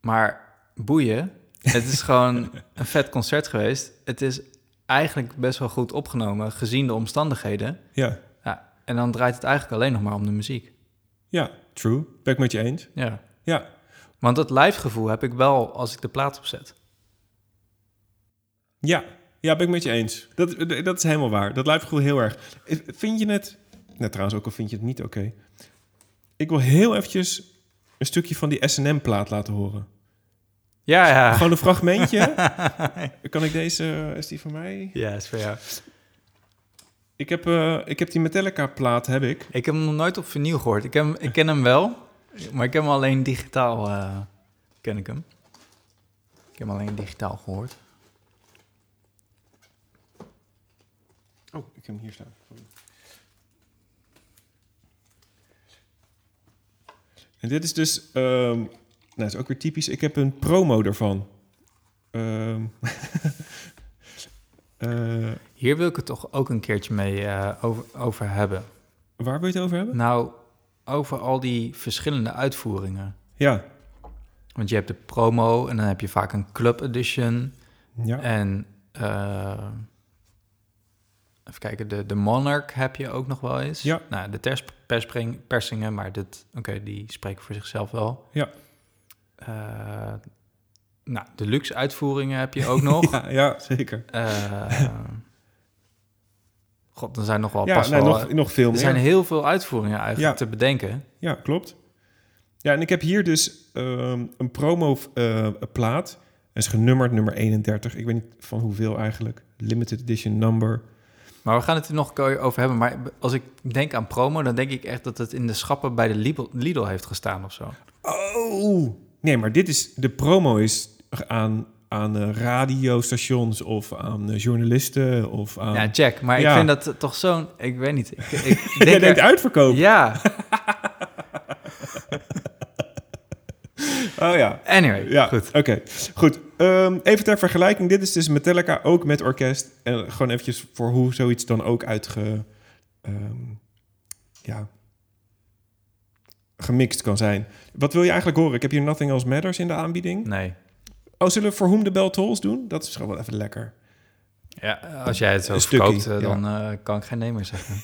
S1: Maar boeien, het is gewoon een vet concert geweest. Het is eigenlijk best wel goed opgenomen, gezien de omstandigheden.
S2: ja,
S1: Ja, en dan draait het eigenlijk alleen nog maar om de muziek.
S2: ja, true. Ben ik met je eens.
S1: Ja.
S2: Ja,
S1: Want dat live gevoel heb ik wel als ik de plaat opzet.
S2: ja, ja, ben ik met je eens. Dat, dat is helemaal waar. Dat lijkt goed heel erg. Eh, Vind je het... Nou, trouwens, ook al vind je het niet oké. Ik wil heel eventjes een stukje van die S&M-plaat laten horen.
S1: Ja, ja.
S2: Gewoon een fragmentje. kan ik deze... eh, Is die van mij?
S1: Ja, is voor jou.
S2: Ik heb, eh, ik heb die Metallica-plaat, heb ik.
S1: Ik heb hem nog nooit op vinyl gehoord. Ik, heb, hem- ik ken hem wel, maar ik heb hem alleen digitaal... eh, ken ik hem. Ik heb hem alleen digitaal gehoord.
S2: Oh, ik heb hem hier staan. Sorry. En dit is dus... ehm nou, het is ook weer typisch. Ik heb een promo ervan. Ehm, eh,
S1: Hier wil ik het toch ook een keertje mee eh, over, over hebben.
S2: waar wil je het over hebben?
S1: Nou, over al die verschillende uitvoeringen.
S2: Ja.
S1: Want je hebt de promo en dan heb je vaak een club edition.
S2: ja.
S1: En eh, even kijken, de, de Monarch heb je ook nog wel eens.
S2: Ja.
S1: Nou, de ters, perspring- persingen, maar dit, oké, die spreken voor zichzelf wel.
S2: Ja.
S1: Eh, nou, de luxe uitvoeringen heb je ook nog.
S2: ja, ja, zeker.
S1: Eh, God, er zijn nog wel
S2: Ja,
S1: pas
S2: nee,
S1: wel- eh,
S2: nog, nog veel
S1: Er
S2: meer.
S1: zijn heel veel uitvoeringen eigenlijk
S2: Ja.
S1: te bedenken.
S2: Ja, klopt. Ja, en ik heb hier dus ehm, een eh, promo-plaat. dat is genummerd, nummer 31. Ik weet niet van hoeveel eigenlijk. Limited edition number.
S1: Maar we gaan het er nog een keer over hebben. Maar als ik denk aan promo, dan denk ik echt dat het in de schappen bij de Lidl, Lidl heeft gestaan of zo.
S2: Oh! Nee, maar dit is... De promo is aan, aan eh, radiostations of aan eh, journalisten of aan...
S1: Ja, check. Maar
S2: Oh. Ja.
S1: ik vind dat toch zo'n... Ik weet niet. Ik, ik
S2: Jij
S1: denk
S2: denkt
S1: er-
S2: uitverkoop.
S1: Ja,
S2: Oh ja.
S1: anyway.
S2: Ja,
S1: Goed.
S2: Oké, goed. Ehm, even ter vergelijking. Dit is dus Metallica ook met orkest. En gewoon eventjes voor hoe zoiets dan ook uitge... ehm, ja... Gemixt kan zijn. Wat wil je eigenlijk horen? Ik heb hier Nothing Else Matters in de aanbieding.
S1: Nee.
S2: Oh, zullen we For Whom the Bell Tolls doen? Dat is gewoon wel even lekker.
S1: Ja, als jij het zo
S2: Een stukje,
S1: verkoopt, eh,
S2: ja.
S1: dan eh, kan ik geen nee meer zeggen.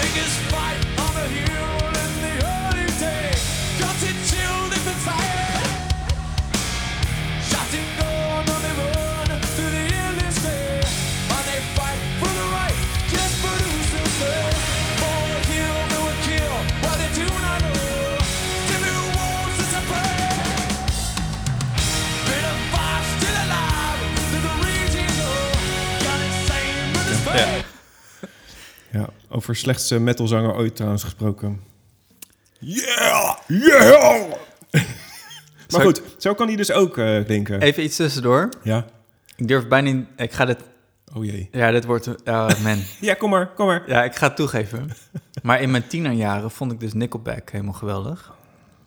S4: biggest fight on a hill in the early day. Got it chilled in the fire. Shot it down on the run through the endless day. And they fight for the right, just for who's there. For a kill, they will kill, what they do not know. The new wolves is a prey. Bit of fire still alive, through the region. Got it same in his face.
S2: Ja, over slechtste metalzanger ooit trouwens gesproken. Yeah! Yeah! maar
S1: Zou-
S2: goed, zo kan hij dus ook eh denken.
S1: Even iets tussendoor.
S2: Ja?
S1: Ik durf bijna niet... Ik ga dit...
S2: Oh jee.
S1: Ja, dit wordt... een- Oh, man.
S2: Ja, kom maar, kom maar.
S1: Ja, ik ga het toegeven. Maar in mijn tienerjaren vond ik dus Nickelback helemaal geweldig.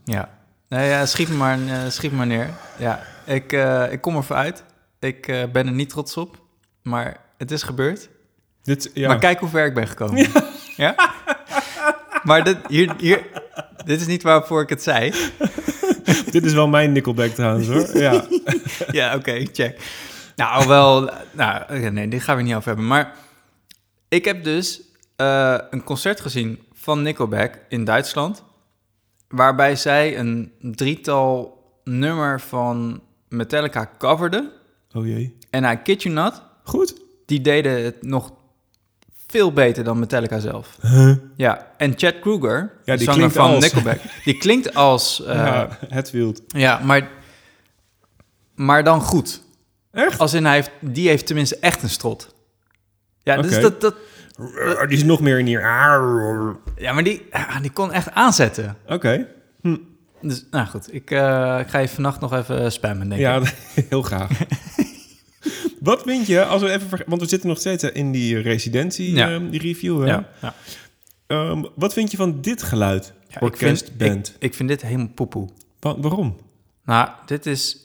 S1: Ja. Nou ja, schiet me maar, eh, schiet me maar neer. Ja, ik, eh, ik kom ervoor uit. Ik eh, ben er niet trots op. Maar het is gebeurd.
S2: Dit, ja.
S1: Maar kijk hoe ver ik ben gekomen. Ja? Maar dit, hier, hier, dit is niet waarvoor ik het zei.
S2: Dit is wel mijn Nickelback trouwens hoor. Ja.
S1: Ja, oké, check. Nou, wel. Nou, oké, nee, dit gaan we niet over hebben. Maar ik heb dus eh, een concert gezien van Nickelback in Duitsland. Waarbij zij een drietal nummer van Metallica coverden.
S2: Oh jee.
S1: En I kid you not,
S2: Goed.
S1: die deden het nog veel beter dan Metallica zelf. Ja, en Chad Kroeger,
S2: Ja,
S1: ja,
S2: die
S1: die zanger
S2: klinkt
S1: van
S2: als.
S1: Nickelback, die klinkt als... eh, ja.
S2: ja, het wild.
S1: maar, maar dan goed.
S2: Echt?
S1: Als in, hij heeft, die heeft tenminste echt een strot. Ja, dus
S2: Oké.
S1: dat, dat,
S2: Die is nog meer in hier. Oké.
S1: ja maar die, ah, die kon echt aanzetten. Dus, nou goed, ik, eh, ik ga je vannacht nog even eh, spammen, denk ik.
S2: Ja, heel graag. Wat vind je, als we even... verge- Want we zitten nog steeds hè, in die residentie,
S1: Ja.
S2: ehm, die review. hè?
S1: Ja, ja.
S2: Ehm, wat vind je van dit geluid?
S1: Ja, ik, vind,
S2: Orkestband.
S1: ik, ik vind dit helemaal poepoe.
S2: Wa- waarom?
S1: Nou, dit is...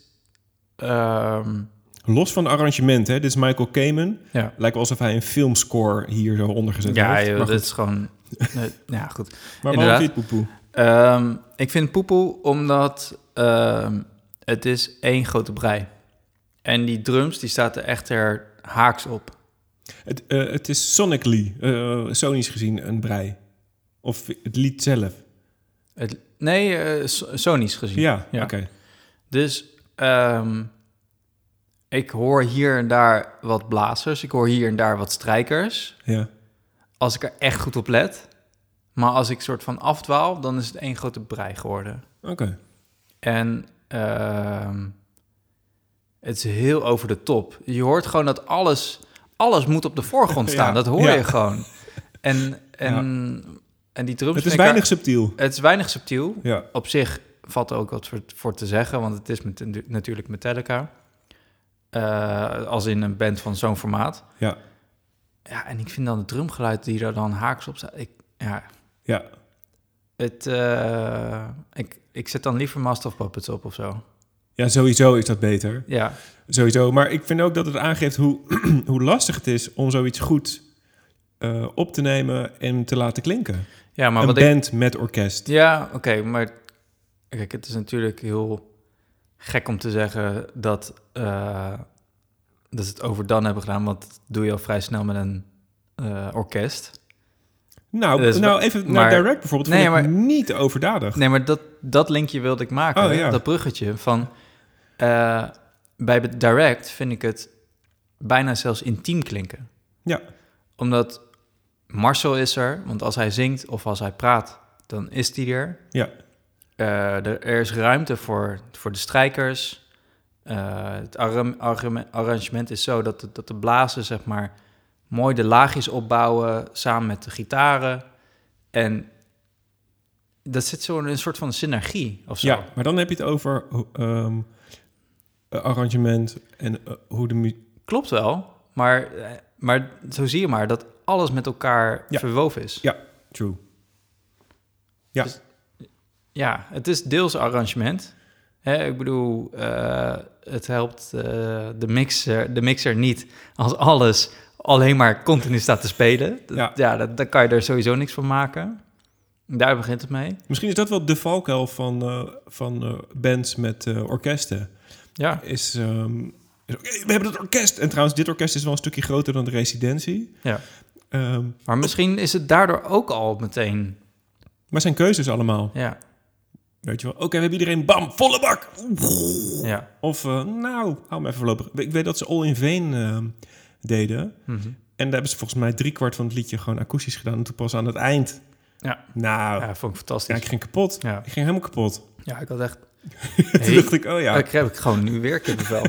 S1: ehm,
S2: Los van arrangement, hè? Dit is Michael Kamen.
S1: ja.
S2: Lijkt wel alsof hij een filmscore hier zo ondergezet
S1: Ja,
S2: heeft.
S1: joh,
S2: maar goed.
S1: dat is gewoon... nee, ja, goed.
S2: maar waarom
S1: inderdaad.
S2: vind je het poepoe?
S1: Ehm, ik vind poepoe omdat ehm, het is één grote brei. En die drums, die staat er echt er haaks op.
S2: Het, eh, het is sonically, eh, sonisch gezien, een brei. Of het lied zelf.
S1: Het, nee, eh, so- sonisch gezien.
S2: Ja, oké.
S1: Dus ehm, ik hoor hier en daar wat blazers. Ik hoor hier en daar wat strijkers.
S2: Ja.
S1: Als ik er echt goed op let. Maar als ik soort van afdwaal, dan is het één grote brei geworden.
S2: Oké.
S1: En ehm, het is heel over de top. Je hoort gewoon dat alles, alles moet op de voorgrond staan.
S2: Ja,
S1: Dat hoor
S2: ja.
S1: je gewoon. En, en, en die drums.
S2: Het is weinig subtiel.
S1: Het is weinig subtiel.
S2: Ja.
S1: Op zich valt er ook wat voor, voor te zeggen, want het is met, natuurlijk Metallica. Eh, als in een band van zo'n formaat.
S2: Ja.
S1: Ja, en ik vind dan het drumgeluid die er dan haaks op staat. Ik, ja,
S2: Ja.
S1: het, eh, ik, ik zet dan liever Master of Puppets op of zo.
S2: Ja, sowieso is dat beter.
S1: Ja.
S2: Sowieso. Maar ik vind ook dat het aangeeft hoe, hoe lastig het is om zoiets goed eh, op te nemen en te laten klinken.
S1: Ja, maar
S2: een
S1: wat ik...
S2: band met orkest.
S1: Ja, oké, maar kijk, het is natuurlijk heel gek om te zeggen dat, eh, dat ze het over dan hebben gedaan, want dat doe je al vrij snel met een eh, orkest.
S2: Nou,
S1: Dus
S2: nou even
S1: maar-
S2: naar Direct bijvoorbeeld.
S1: Nee,
S2: Nee, maar
S1: maar-
S2: niet overdadig.
S1: Nee, maar dat, dat linkje wilde ik maken,
S2: Oh, ja.
S1: dat bruggetje van eh, bij Direct vind ik het bijna zelfs intiem klinken.
S2: Ja,
S1: Omdat Marcel is er, want als hij zingt of als hij praat, dan is hij er.
S2: ja.
S1: Eh, er, er is ruimte voor, voor de strijkers. Eh, het arra- arra- arrangement is zo dat de, dat de blazen zeg maar, mooi de laagjes opbouwen samen met de gitaren. En dat zit zo'n een soort van synergie of zo.
S2: ja, maar dan heb je het over ho- ehm, eh, arrangement en eh, hoe de mu-
S1: Klopt wel, maar, eh, maar zo zie je maar dat alles met elkaar
S2: Ja.
S1: verwoven is.
S2: Ja, true. Ja,
S1: Dus- Ja, het is deels arrangement. Hè, ik bedoel, eh, het helpt eh, de, mixer, de mixer niet als alles alleen maar continu staat te spelen. Dat-
S2: Ja.
S1: ja, dat, daar kan je er sowieso niks van maken. Daar begint het mee.
S2: misschien is dat wel de valkuil van, eh, van eh, bands met eh, orkesten.
S1: Ja,
S2: Is, ehm, is, "Oké, we hebben het orkest. En trouwens, dit orkest is wel een stukje groter dan de residentie.
S1: ja.
S2: Ehm,
S1: Maar misschien is het daardoor ook al meteen.
S2: maar zijn keuzes allemaal.
S1: Ja,
S2: Weet je wel, oké, we hebben iedereen, bam, volle bak.
S1: ja.
S2: Of, eh, nou, hou me even voorlopig. Ik weet dat ze All in Vain ehm, deden.
S1: Mhm.
S2: En daar hebben ze volgens mij driekwart van het liedje gewoon akoestisch gedaan. En toen pas aan het eind.
S1: Ja.
S2: Nou, ja,
S1: ja, vond ik fantastisch.
S2: ik ging kapot.
S1: Ja.
S2: Ik ging helemaal kapot.
S1: Ja, ik had echt.
S2: Toen
S1: Hey,
S2: dacht ik, oh ja.
S1: Ik heb ik gewoon nu weer kippenvel.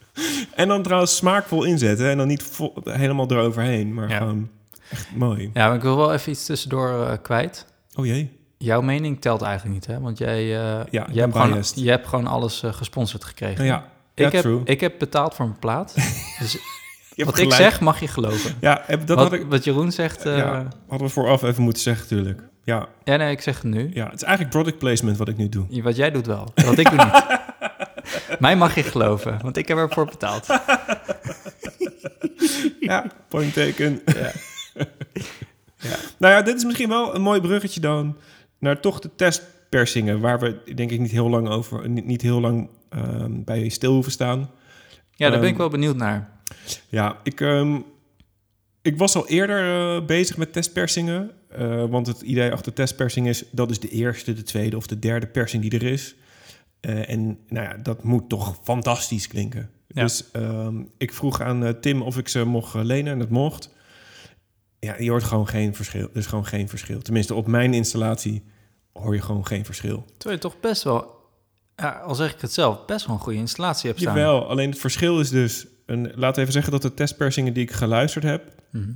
S2: En dan trouwens smaakvol inzetten. En dan niet vo- helemaal eroverheen. Maar
S1: Ja.
S2: gewoon echt mooi.
S1: ja, maar ik wil wel even iets tussendoor eh, kwijt.
S2: Oh jee.
S1: Jouw mening telt eigenlijk niet, hè? Want jij, eh,
S2: ik ben
S1: je, hebt gewoon,
S2: biased.
S1: je hebt gewoon alles eh, gesponsord gekregen.
S2: Nou ja,
S1: ik,
S2: ja,
S1: heb,
S2: true.
S1: ik heb betaald voor mijn plaat. Dus
S2: Je hebt
S1: wat
S2: gelijk.
S1: ik zeg, mag je geloven.
S2: Ja, heb- dat
S1: wat,
S2: had ik,
S1: wat Jeroen zegt... eh,
S2: ja,
S1: ja.
S2: hadden we vooraf even moeten zeggen natuurlijk. Ja,
S1: nee, ik zeg het nu.
S2: ja, het is eigenlijk product placement wat ik nu doe.
S1: Wat jij doet wel, wat ik doe niet. Mij mag je geloven, want ik heb ervoor betaald.
S2: Ja, point taken.
S1: Ja.
S2: Ja. Nou ja, dit is misschien wel een mooi bruggetje dan naar toch de testpersingen, waar we denk ik niet heel lang over, niet, niet heel lang ehm, bij stil hoeven staan.
S1: Ja, daar ben
S2: Ehm,
S1: ik wel benieuwd naar.
S2: Ja, ik, ehm, ik was al eerder eh, bezig met testpersingen. eh, want het idee achter testpersing is... dat is de eerste, de tweede of de derde persing die er is. Eh, en nou ja, dat moet toch fantastisch klinken.
S1: Ja.
S2: Dus ehm, ik vroeg aan eh, Tim of ik ze mocht eh, lenen en dat mocht. Ja, je hoort gewoon geen verschil. Er is gewoon geen verschil. Tenminste, op mijn installatie hoor je gewoon geen verschil.
S1: Terwijl je toch best wel, ja, al zeg ik het zelf, best wel een goede installatie hebt staan.
S2: Jawel, alleen het verschil is dus... Een, laten we even zeggen dat de testpersingen die ik geluisterd heb...
S1: Mhm.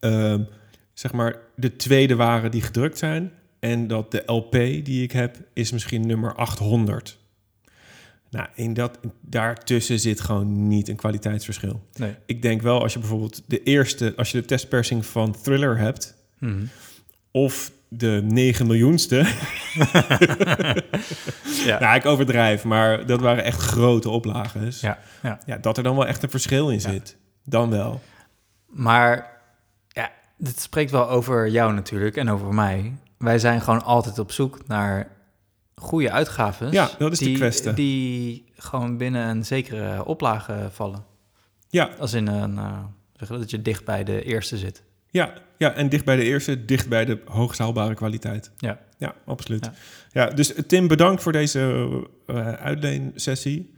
S2: ehm, zeg maar de tweede waren die gedrukt zijn. En dat de LP die ik heb is misschien nummer 800. Nou, in dat, daartussen zit gewoon niet een kwaliteitsverschil.
S1: Nee.
S2: Ik denk wel als je bijvoorbeeld de eerste... als je de testpersing van Thriller hebt...
S1: Mhm.
S2: of de 9 miljoenste...
S1: Ja.
S2: Nou, ik overdrijf, maar dat waren echt grote oplages.
S1: Ja, ja.
S2: Ja, dat er dan wel echt een verschil in zit. Dan wel.
S1: Maar ja, dit spreekt wel over jou natuurlijk en over mij. Wij zijn gewoon altijd op zoek naar goede uitgaven.
S2: Ja, dat is de
S1: die,
S2: kwestie.
S1: Die gewoon binnen een zekere oplage vallen.
S2: Ja,
S1: Als in een, eh, zeg je dat, dat je dicht bij de eerste zit.
S2: ja, ja. En dicht bij de eerste, dicht bij de hoogst haalbare kwaliteit.
S1: Ja.
S2: Ja, absoluut.
S1: Ja.
S2: Ja, dus eh, Tim, bedankt voor deze eh uitleensessie.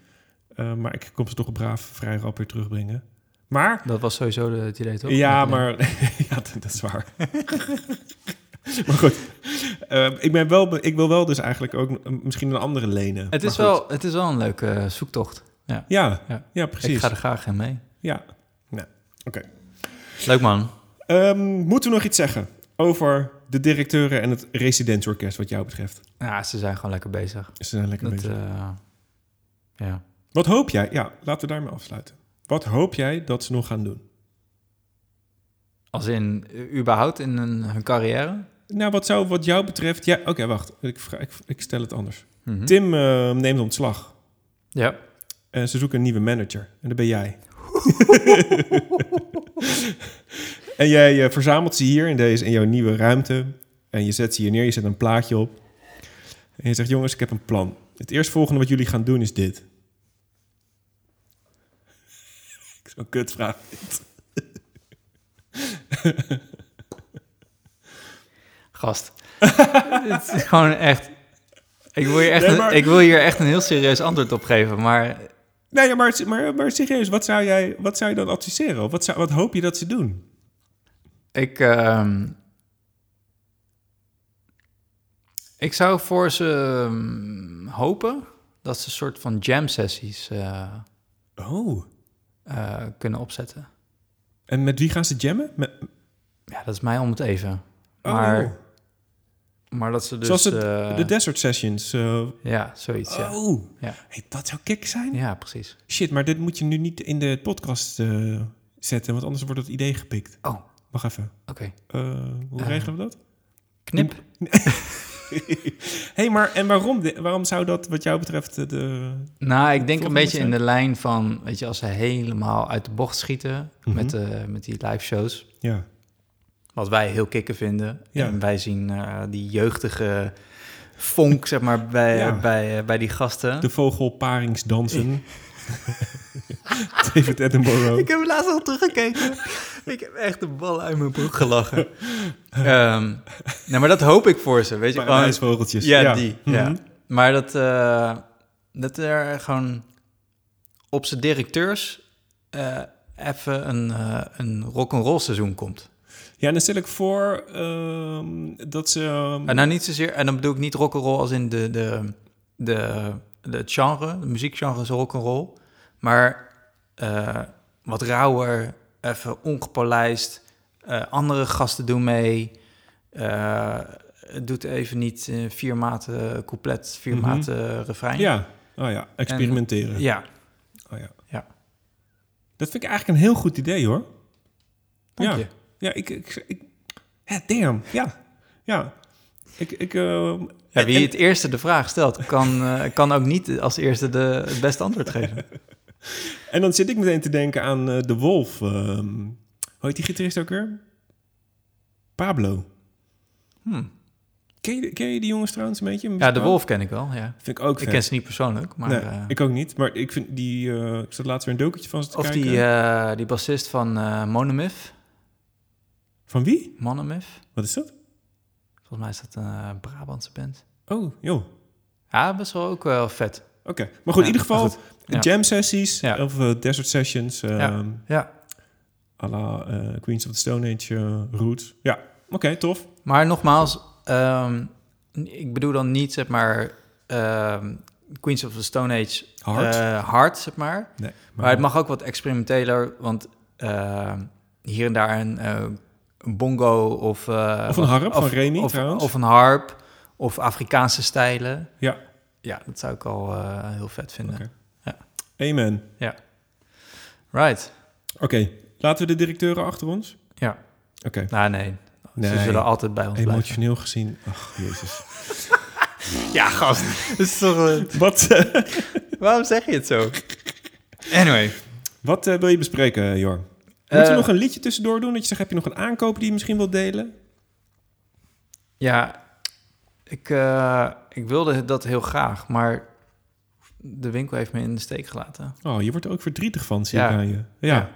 S2: Eh, maar ik kom ze toch braaf vrij rap weer terugbrengen. Maar,
S1: Dat was sowieso de, het idee, toch?
S2: ja, maar... ja, dat, dat is waar. maar goed. Eh, ik, ben wel, be- ik wil wel dus eigenlijk ook een- misschien een andere lenen.
S1: Het
S2: Maar
S1: is,
S2: goed.
S1: wel, het is wel een leuke zoektocht.
S2: Ja,
S1: Ja.
S2: ja. precies.
S1: Ik ga er graag in mee.
S2: Ja. Nou, oké.
S1: Leuk man.
S2: Ehm, moeten we nog iets zeggen over de directeuren en het residentsorkest wat jou betreft?
S1: Ja, ze zijn gewoon lekker bezig.
S2: Ze zijn lekker
S1: Dat,
S2: bezig.
S1: eh, ja.
S2: Wat hoop jij? Ja, laten we daarmee afsluiten. Wat hoop jij dat ze nog gaan doen?
S1: Als in, eh, überhaupt in hun, hun carrière.
S2: Nou, wat zou wat jou betreft... Ja, oké, wacht. Ik, vraag, ik, ik stel het anders.
S1: Mhm.
S2: Tim eh, neemt ontslag.
S1: Ja.
S2: En ze zoeken een nieuwe manager. En dat ben jij. en jij eh, verzamelt ze hier in, deze, in jouw nieuwe ruimte. En je zet ze hier neer, je zet een plaatje op. En je zegt, jongens, ik heb een plan. Het eerstvolgende wat jullie gaan doen is dit. Zo'n kutvraag.
S1: Gast. het is gewoon echt. Ik wil, hier echt
S2: Nee,
S1: een-
S2: maar-
S1: ik wil hier echt een heel serieus antwoord op geven, maar
S2: Nee, ja, maar, maar, maar serieus, wat zou, jij, wat zou je dan adviseren? Of Wat, zou, wat hoop je dat ze doen?
S1: ik. ehm, ik zou voor ze ehm, hopen dat ze een soort van jam sessies eh,
S2: Oh.
S1: eh, kunnen opzetten.
S2: En met wie gaan ze jammen? Met,
S1: Ja, dat is mij om het even.
S2: oh.
S1: Maar, maar dat ze dus.
S2: Zoals het,
S1: eh,
S2: de Desert Sessions. eh,
S1: ja, zoiets. Ja.
S2: Oh,
S1: Ja.
S2: Hey, dat zou kick zijn.
S1: ja, precies.
S2: Shit, maar dit moet je nu niet in de podcast eh, zetten, want anders wordt het idee gepikt.
S1: Oh, oké.
S2: Wacht even. Eh, hoe
S1: Eh.
S2: regelen we dat?
S1: Knip.
S2: hey, maar en waarom, di- waarom zou dat wat jou betreft eh, de...
S1: Nou, ik denk een
S2: Volgende
S1: beetje in
S2: wedstrijd?
S1: de lijn van, weet je, als ze helemaal uit de bocht schieten
S2: Mhm.
S1: met, eh, met die live shows.
S2: Ja,
S1: Wat wij heel kicken vinden.
S2: Ja.
S1: En wij zien eh, die jeugdige vonk, zeg maar, bij,
S2: Ja.
S1: bij, eh, bij die gasten.
S2: de vogelparingsdansen. David Attenborough.
S1: Ik heb laatst al teruggekeken. ik heb echt de ballen uit mijn broek gelachen. Ehm, nou, maar dat hoop ik voor ze, weet je. gewoon-
S2: Paradijsvogeltjes.
S1: ja, die. Ja.
S2: Mhm.
S1: Maar dat, eh, dat er gewoon op zijn directeurs eh, even een, eh een rock'n'roll seizoen komt.
S2: Ja, en dan stel ik voor ehm, dat ze... ehm,
S1: En nou niet zozeer, en dan bedoel ik niet rock'n'roll als in de, de, de, de, het genre, de muziekgenre is rock'n'roll. Maar eh, wat rauwer, even ongepolijst. eh, andere gasten doen mee. Eh, het doet even niet eh, vier maten couplet, vier
S2: Mhm.
S1: maten refrein.
S2: ja. Oh ja, experimenteren.
S1: Ja,
S2: Oh ja.
S1: Ja.
S2: Dat vind ik eigenlijk een heel goed idee hoor.
S1: dank
S2: ja.
S1: je.
S2: Ja, ik... ik, ik ja, damn. Ja. Ja. Ik... ik ehm,
S1: Ja, wie het eerste de vraag stelt, kan, eh, kan ook niet als eerste de, het beste antwoord geven.
S2: en dan zit ik meteen te denken aan eh, De Wolf. ehm hoe heet die gitarist ook weer? Pablo.
S1: Hmm.
S2: Kick Ken je, ken je die jongens trouwens een beetje?
S1: Ja, de wolf ken ik wel, ja.
S2: Vind ik ook
S1: Ik
S2: vet.
S1: ken ze niet persoonlijk, maar...
S2: nee,
S1: eh,
S2: ik ook niet. Maar ik vind die... eh, ik zat laatst weer een dokertje van ze te
S1: of
S2: kijken.
S1: die, eh, die bassist van eh Monomyth,
S2: Van wie?
S1: Monomyth.
S2: Wat is dat?
S1: Volgens mij is dat een eh, Brabantse band.
S2: Oh, joh.
S1: Ja, best wel ook wel vet.
S2: Oké. Maar goed,
S1: Ja,
S2: in ieder geval
S1: maar goed. Ja.
S2: jam sessies
S1: Ja.
S2: of eh, desert sessions. eh
S1: Ja. Ja,
S2: à la eh, Queens of the Stone Age eh, roots. Ja, oké, tof.
S1: Maar nogmaals, ehm, ik bedoel dan niet zeg maar ehm, Queens of the Stone Age
S2: Hard.
S1: eh, hard zeg maar. Maar,
S2: Nee,
S1: het mag ook wat experimenteler, want ehm, hier en daar een, eh, een bongo of eh,
S2: Of een
S1: wat-
S2: harp van Remy,
S1: of,
S2: trouwens.
S1: of een harp of Afrikaanse stijlen.
S2: Ja,
S1: Ja, dat zou ik al eh, heel vet vinden.
S2: Oké. amen.
S1: Ja. Right.
S2: Oké, laten we de directeuren achter ons.
S1: Ja.
S2: Oké.
S1: Nou nee.
S2: Nee.
S1: Ze zullen altijd bij ons blijven.
S2: Emotioneel gezien, ach jezus.
S1: Ja, gast. Dat is toch, eh,
S2: wat eh,
S1: waarom zeg je het zo? Anyway.
S2: wat eh, wil je bespreken, Jor? Moeten we
S1: Eh,
S2: nog een liedje tussendoor doen? Dat je zegt, heb je nog een aankoop die je misschien wilt delen?
S1: Ja, ik, eh, ik wilde dat heel graag, maar de winkel heeft me in de steek gelaten.
S2: Oh, je wordt er ook verdrietig van, zie
S1: Ja.
S2: ik aan je. Ja.
S1: Ja.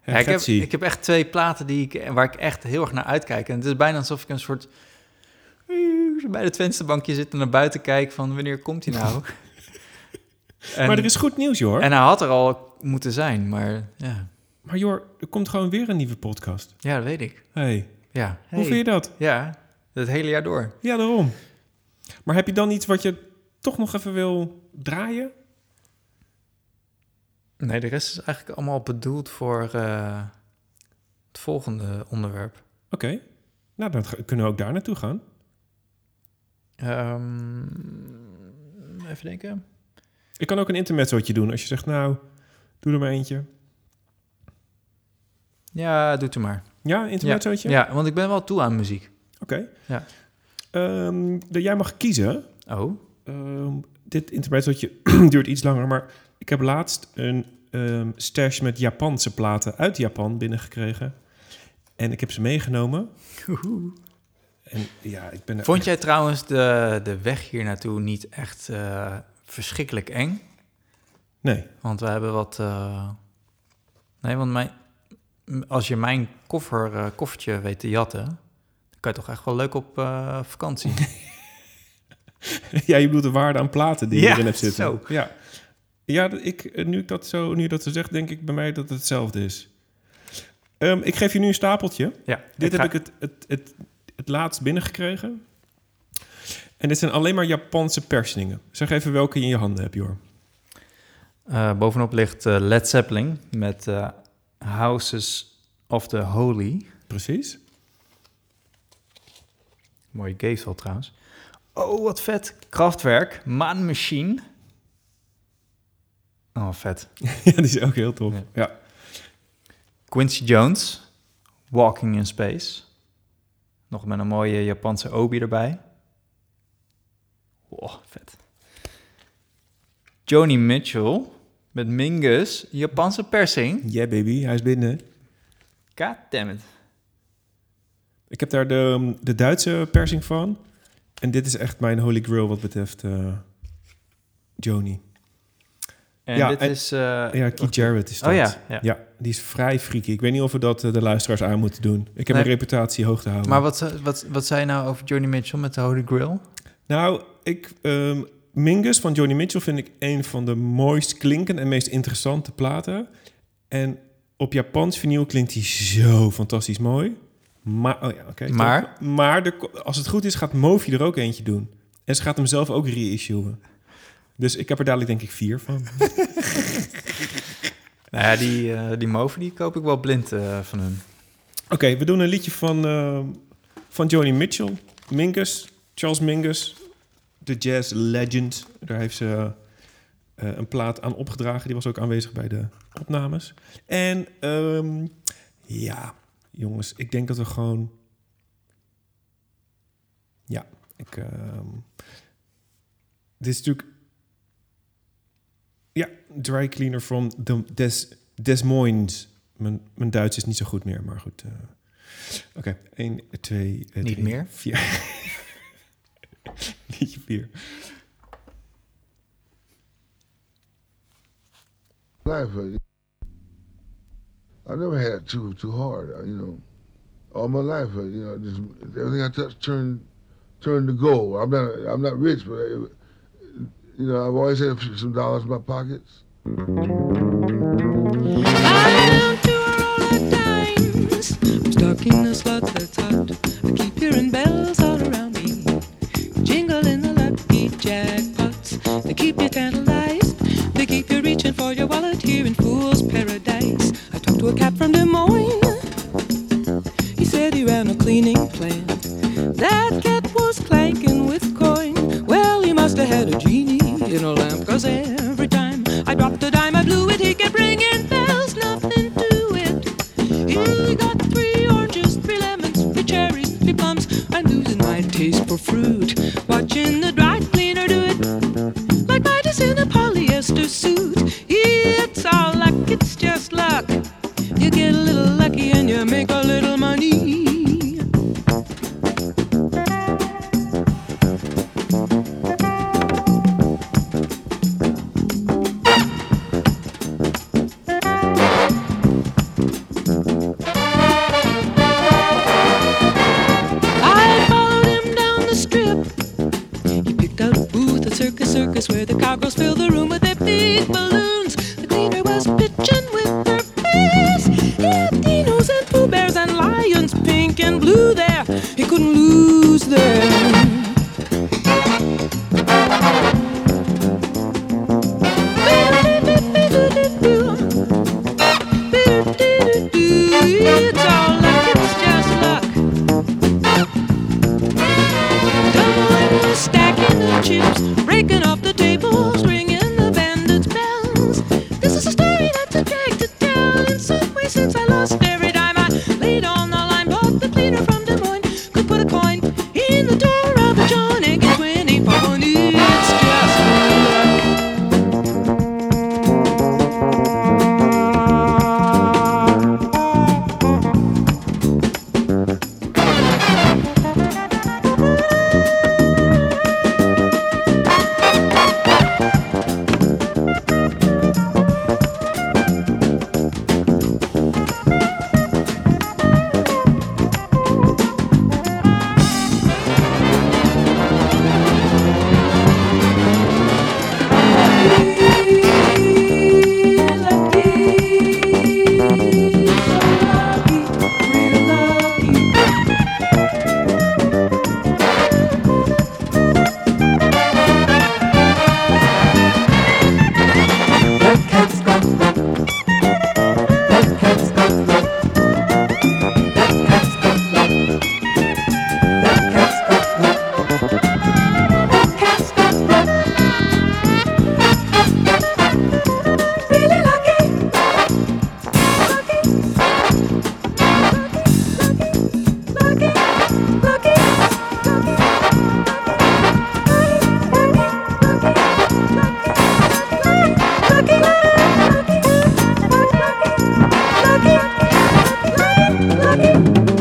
S2: Hè,
S1: Ja, ik, heb,
S2: Gretzi.
S1: ik heb echt twee platen die ik, waar ik echt heel erg naar uitkijk. En het is bijna alsof ik een soort eh, bij het vensterbankje zit en naar buiten kijk van wanneer komt hij nou? en,
S2: maar er is goed nieuws, Jor.
S1: en hij had er al moeten zijn, maar ja,
S2: Maar Jor, er komt gewoon weer een nieuwe podcast.
S1: ja dat weet ik.
S2: Hey,
S1: Ja.
S2: hoe vind je dat?
S1: Ja, het hele jaar door.
S2: Ja, daarom. Maar heb je dan iets wat je toch nog even wil draaien?
S1: Nee, de rest is eigenlijk allemaal bedoeld voor eh, het volgende onderwerp.
S2: Oké. Nou, dan ga- kunnen we ook daar naartoe gaan.
S1: Ehm, even denken.
S2: Ik kan ook een intermezzootje doen als je zegt, nou, doe er maar eentje.
S1: Ja, doet u maar.
S2: Ja, een
S1: Ja,
S2: intermezzootje?
S1: ja, want ik ben wel toe aan muziek.
S2: Oké.
S1: Ja.
S2: Ehm, de- jij mag kiezen.
S1: Oh,
S2: Ehm, dit intermezzootje duurt iets langer, maar ik heb laatst een ehm, stash met Japanse platen uit Japan binnengekregen. En ik heb ze meegenomen. En ja, ik ben er
S1: vond jij trouwens de, de weg hier naartoe niet echt eh, verschrikkelijk eng?
S2: Nee.
S1: Want we hebben wat. eh, Nee, want mijn, m- als je mijn koffer, eh, koffertje weet te jatten, dan kan je toch echt wel leuk op eh, vakantie.
S2: ja, je bedoelt de waarde aan platen die je
S1: Ja,
S2: erin hebt zitten.
S1: zo.
S2: Ja, ja dat- ik, eh, nu ik dat zo, nu je dat zo zegt, denk ik bij mij dat het hetzelfde is. Ehm, ik geef je nu een stapeltje.
S1: ja,
S2: Dit
S1: ga-
S2: heb ik het, het, het, het laatst binnengekregen. En dit zijn alleen maar Japanse persningen. Zeg even welke je in je handen hebt, Jor.
S1: Eh, bovenop ligt eh, Led Zeppelin met eh, Houses of the Holy.
S2: Precies.
S1: Mooie geefsel trouwens. Oh, wat vet. Kraftwerk, Maan Machine. Oh, vet.
S2: ja, die is ook heel tof.
S1: Ja.
S2: Ja.
S1: Quincy Jones, Walking in Space. Nog met een mooie Japanse obi erbij. Oh, vet. Joni Mitchell met Mingus, Japanse persing.
S2: Yeah, baby, hij is binnen.
S1: God damn it.
S2: Ik heb daar de, ehm, de Duitse persing van. En dit is echt mijn holy grail wat betreft eh Joni.
S1: En
S2: Ja,
S1: dit
S2: en-
S1: is... eh,
S2: Ja, Keith Jarrett is dat.
S1: Oh ja, ja.
S2: die is vrij freaky. Ik weet niet of we dat eh, de luisteraars aan moeten doen. Ik heb
S1: Nee.
S2: mijn reputatie hoog te houden.
S1: Maar wat, ze- wat, wat zei je nou over Joni Mitchell met de Holy Grail?
S2: Nou, ik, ehm, Mingus van Johnny Mitchell vind ik een van de mooist klinkende en meest interessante platen. En op Japans vinyl klinkt die zo fantastisch mooi. Maar, oh ja, oké. ik
S1: Maar?
S2: snap het. maar er ko- als het goed is, gaat Movi er ook eentje doen. En ze gaat hem zelf ook reissuen. Dus ik heb er dadelijk denk ik vier van.
S1: Nou ja, die, eh, die moven die koop ik wel blind eh, van hun.
S2: Oké, we doen een liedje van, ehm, van Joni Mitchell. Mingus, Charles Mingus, de jazz legend. Daar heeft ze eh, een plaat aan opgedragen. Die was ook aanwezig bij de opnames. En ehm, ja, jongens, ik denk dat we gewoon... Ja, ik... ehm, dit is natuurlijk... Ja, Dry Cleaner from the Des, Des Moines. Mijn, mijn Duits is niet zo goed meer, maar goed. eh. Oké, 1, 2, 3,
S1: Niet meer?
S2: 4. Liedje 4.
S5: life. uh, I, I never had it too too hard. I, you know, all my life, I, you know, just everything I touch turned turned to gold. I'm not I'm not rich, but I, you know, I've always had some dollars in my pockets.
S6: I'm to a roll of dimes. I'm stuck in a slot that's hot. I keep hearing bells all around me. Jingle in the lucky jackpots. They keep you tantalized. They keep you reaching for your wallet here in Fool's Paradise. I talked to a cat from Des Moines. He said he ran a cleaning plant. That cat was clanking with coin. Well, he must have had a genie in a lamp, cause every time I dropped a dime, I blew it. He kept ringing bells, nothing to it. He got three oranges, three lemons, three cherries, three plums. I'm losing my taste for fruit. Watching the dry cleaner do it like Midas in a polyester suit. It's all luck, it's just luck. You get a little lucky and you make a little money. I followed him down the strip. He picked out a booth at Circus Circus where the cowgirls fill the room with their big balloons. The cleaner was pitching with her fist. He had dinos and pooh bears and lions, pink and blue there. He couldn't lose them. It's all luck, it's just luck. Doubling, stacking the chips, breaking off the tables, ringing the bandits' bells. This is a story that's a drag to tell. In some way, since I lost every dime, I laid on the line, bought the cleaner from Des Moines. Could put a coin in the door of a John and get twenty for one. It's just luck.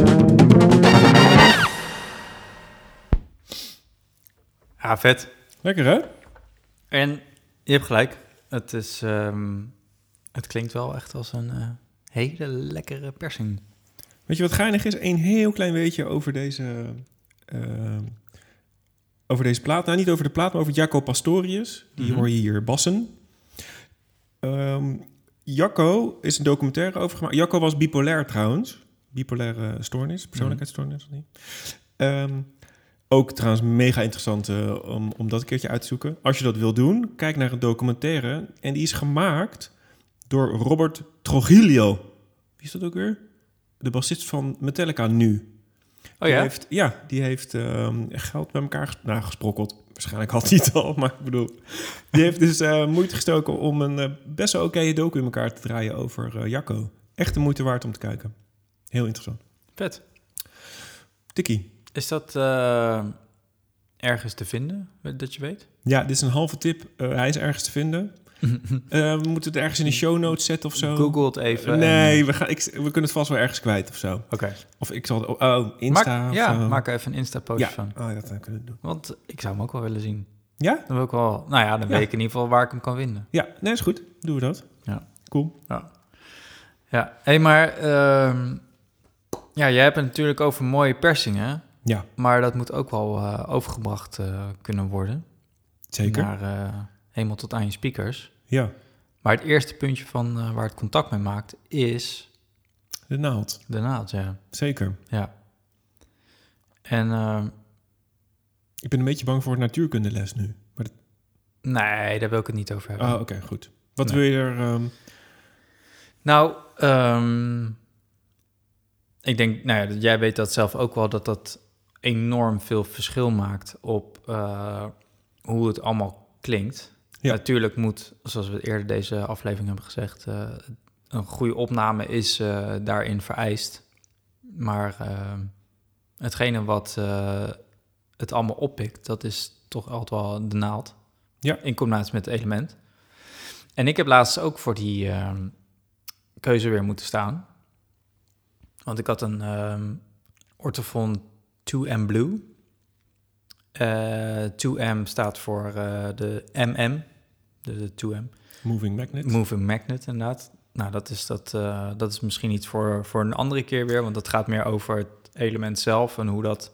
S1: Ja, Ah, vet.
S2: Lekker, hè?
S1: En je hebt gelijk. Het, is, ehm, het klinkt wel echt als een eh, hele lekkere persing.
S2: Weet je wat geinig is? Een heel klein weetje over deze, eh, over deze plaat. Nou, niet over de plaat, maar over Jacco Pastorius. Die hoor je hier bassen. Ehm, Jacco is een documentaire over gemaakt. Jacco was bipolair trouwens. Bipolaire stoornis, persoonlijkheidsstoornis. of niet? Ehm, ook trouwens mega interessant eh, om, om dat een keertje uit te zoeken. Als je dat wil doen, kijk naar een documentaire. En die is gemaakt door Robert Trogilio. Wie is dat ook weer? de bassist van Metallica nu.
S1: Oh
S2: Die
S1: ja?
S2: heeft, ja, die heeft ehm, geld bij elkaar ges- nou, gesprokkeld. Waarschijnlijk had hij het al, maar ik bedoel... Die heeft dus eh, moeite gestoken om een eh, best wel oké docu in elkaar te draaien over eh, Jacco. Echt de moeite waard om te kijken. Heel interessant.
S1: Vet.
S2: Tikkie.
S1: Is dat eh, ergens te vinden, dat je weet?
S2: Ja, dit is een halve tip. Eh, hij is Eh, ergens te vinden. Eh, we moeten het ergens in de show notes zetten of zo.
S1: Google het even. en-
S2: Oh. Nee, we, gaan, ik, we kunnen het vast wel ergens kwijt of zo.
S1: Oké.
S2: Of ik zal... Oh, oh,
S1: Maak-
S2: Insta of
S1: ja,
S2: zo.
S1: maak er even een Insta-post
S2: ja.
S1: van.
S2: Oh, dat eh, kunnen we doen.
S1: Want ik zou hem ook wel willen zien.
S2: Ja?
S1: Dan wil ik wel... Nou ja, dan weet ik in ieder geval waar ik hem kan vinden.
S2: Ja, nee, is goed. Doen we dat.
S1: Ja.
S2: Cool.
S1: Ja. Ja, hey, maar... ehm, ja, jij hebt het natuurlijk over mooie persingen.
S2: Ja,
S1: Maar dat moet ook wel eh, overgebracht eh, kunnen worden.
S2: zeker.
S1: Naar eh, hemel tot aan je speakers.
S2: Ja,
S1: Maar het eerste puntje van eh, waar het contact mee maakt is
S2: de naald.
S1: de naald, ja.
S2: Zeker.
S1: ja. En ehm,
S2: Ik ben een beetje bang voor het natuurkundeles nu. Maar dat-
S1: nee, daar wil ik het niet over hebben.
S2: Oh, oké, goed. Wat wil je er... ehm,
S1: Nou, ehm, ik denk, nou ja, dat- jij weet dat zelf ook wel, dat dat enorm veel verschil maakt op eh, hoe het allemaal klinkt.
S2: Ja.
S1: Natuurlijk moet, zoals we eerder deze aflevering hebben gezegd, eh, een goede opname is eh, daarin vereist. Maar ehm, hetgene wat eh, het allemaal oppikt, dat is toch altijd wel de naald.
S2: Ja.
S1: In combinatie met het element. En ik heb laatst ook voor die ehm, keuze weer moeten staan. Want ik had een ehm Ortofon 2M Blue. Eh, 2M staat voor eh, de MM, de, de 2M.
S2: moving magnet.
S1: Moving Magnet, inderdaad. Nou, dat is, dat, eh, dat is misschien iets voor, voor een andere keer weer, want dat gaat meer over het element zelf en hoe dat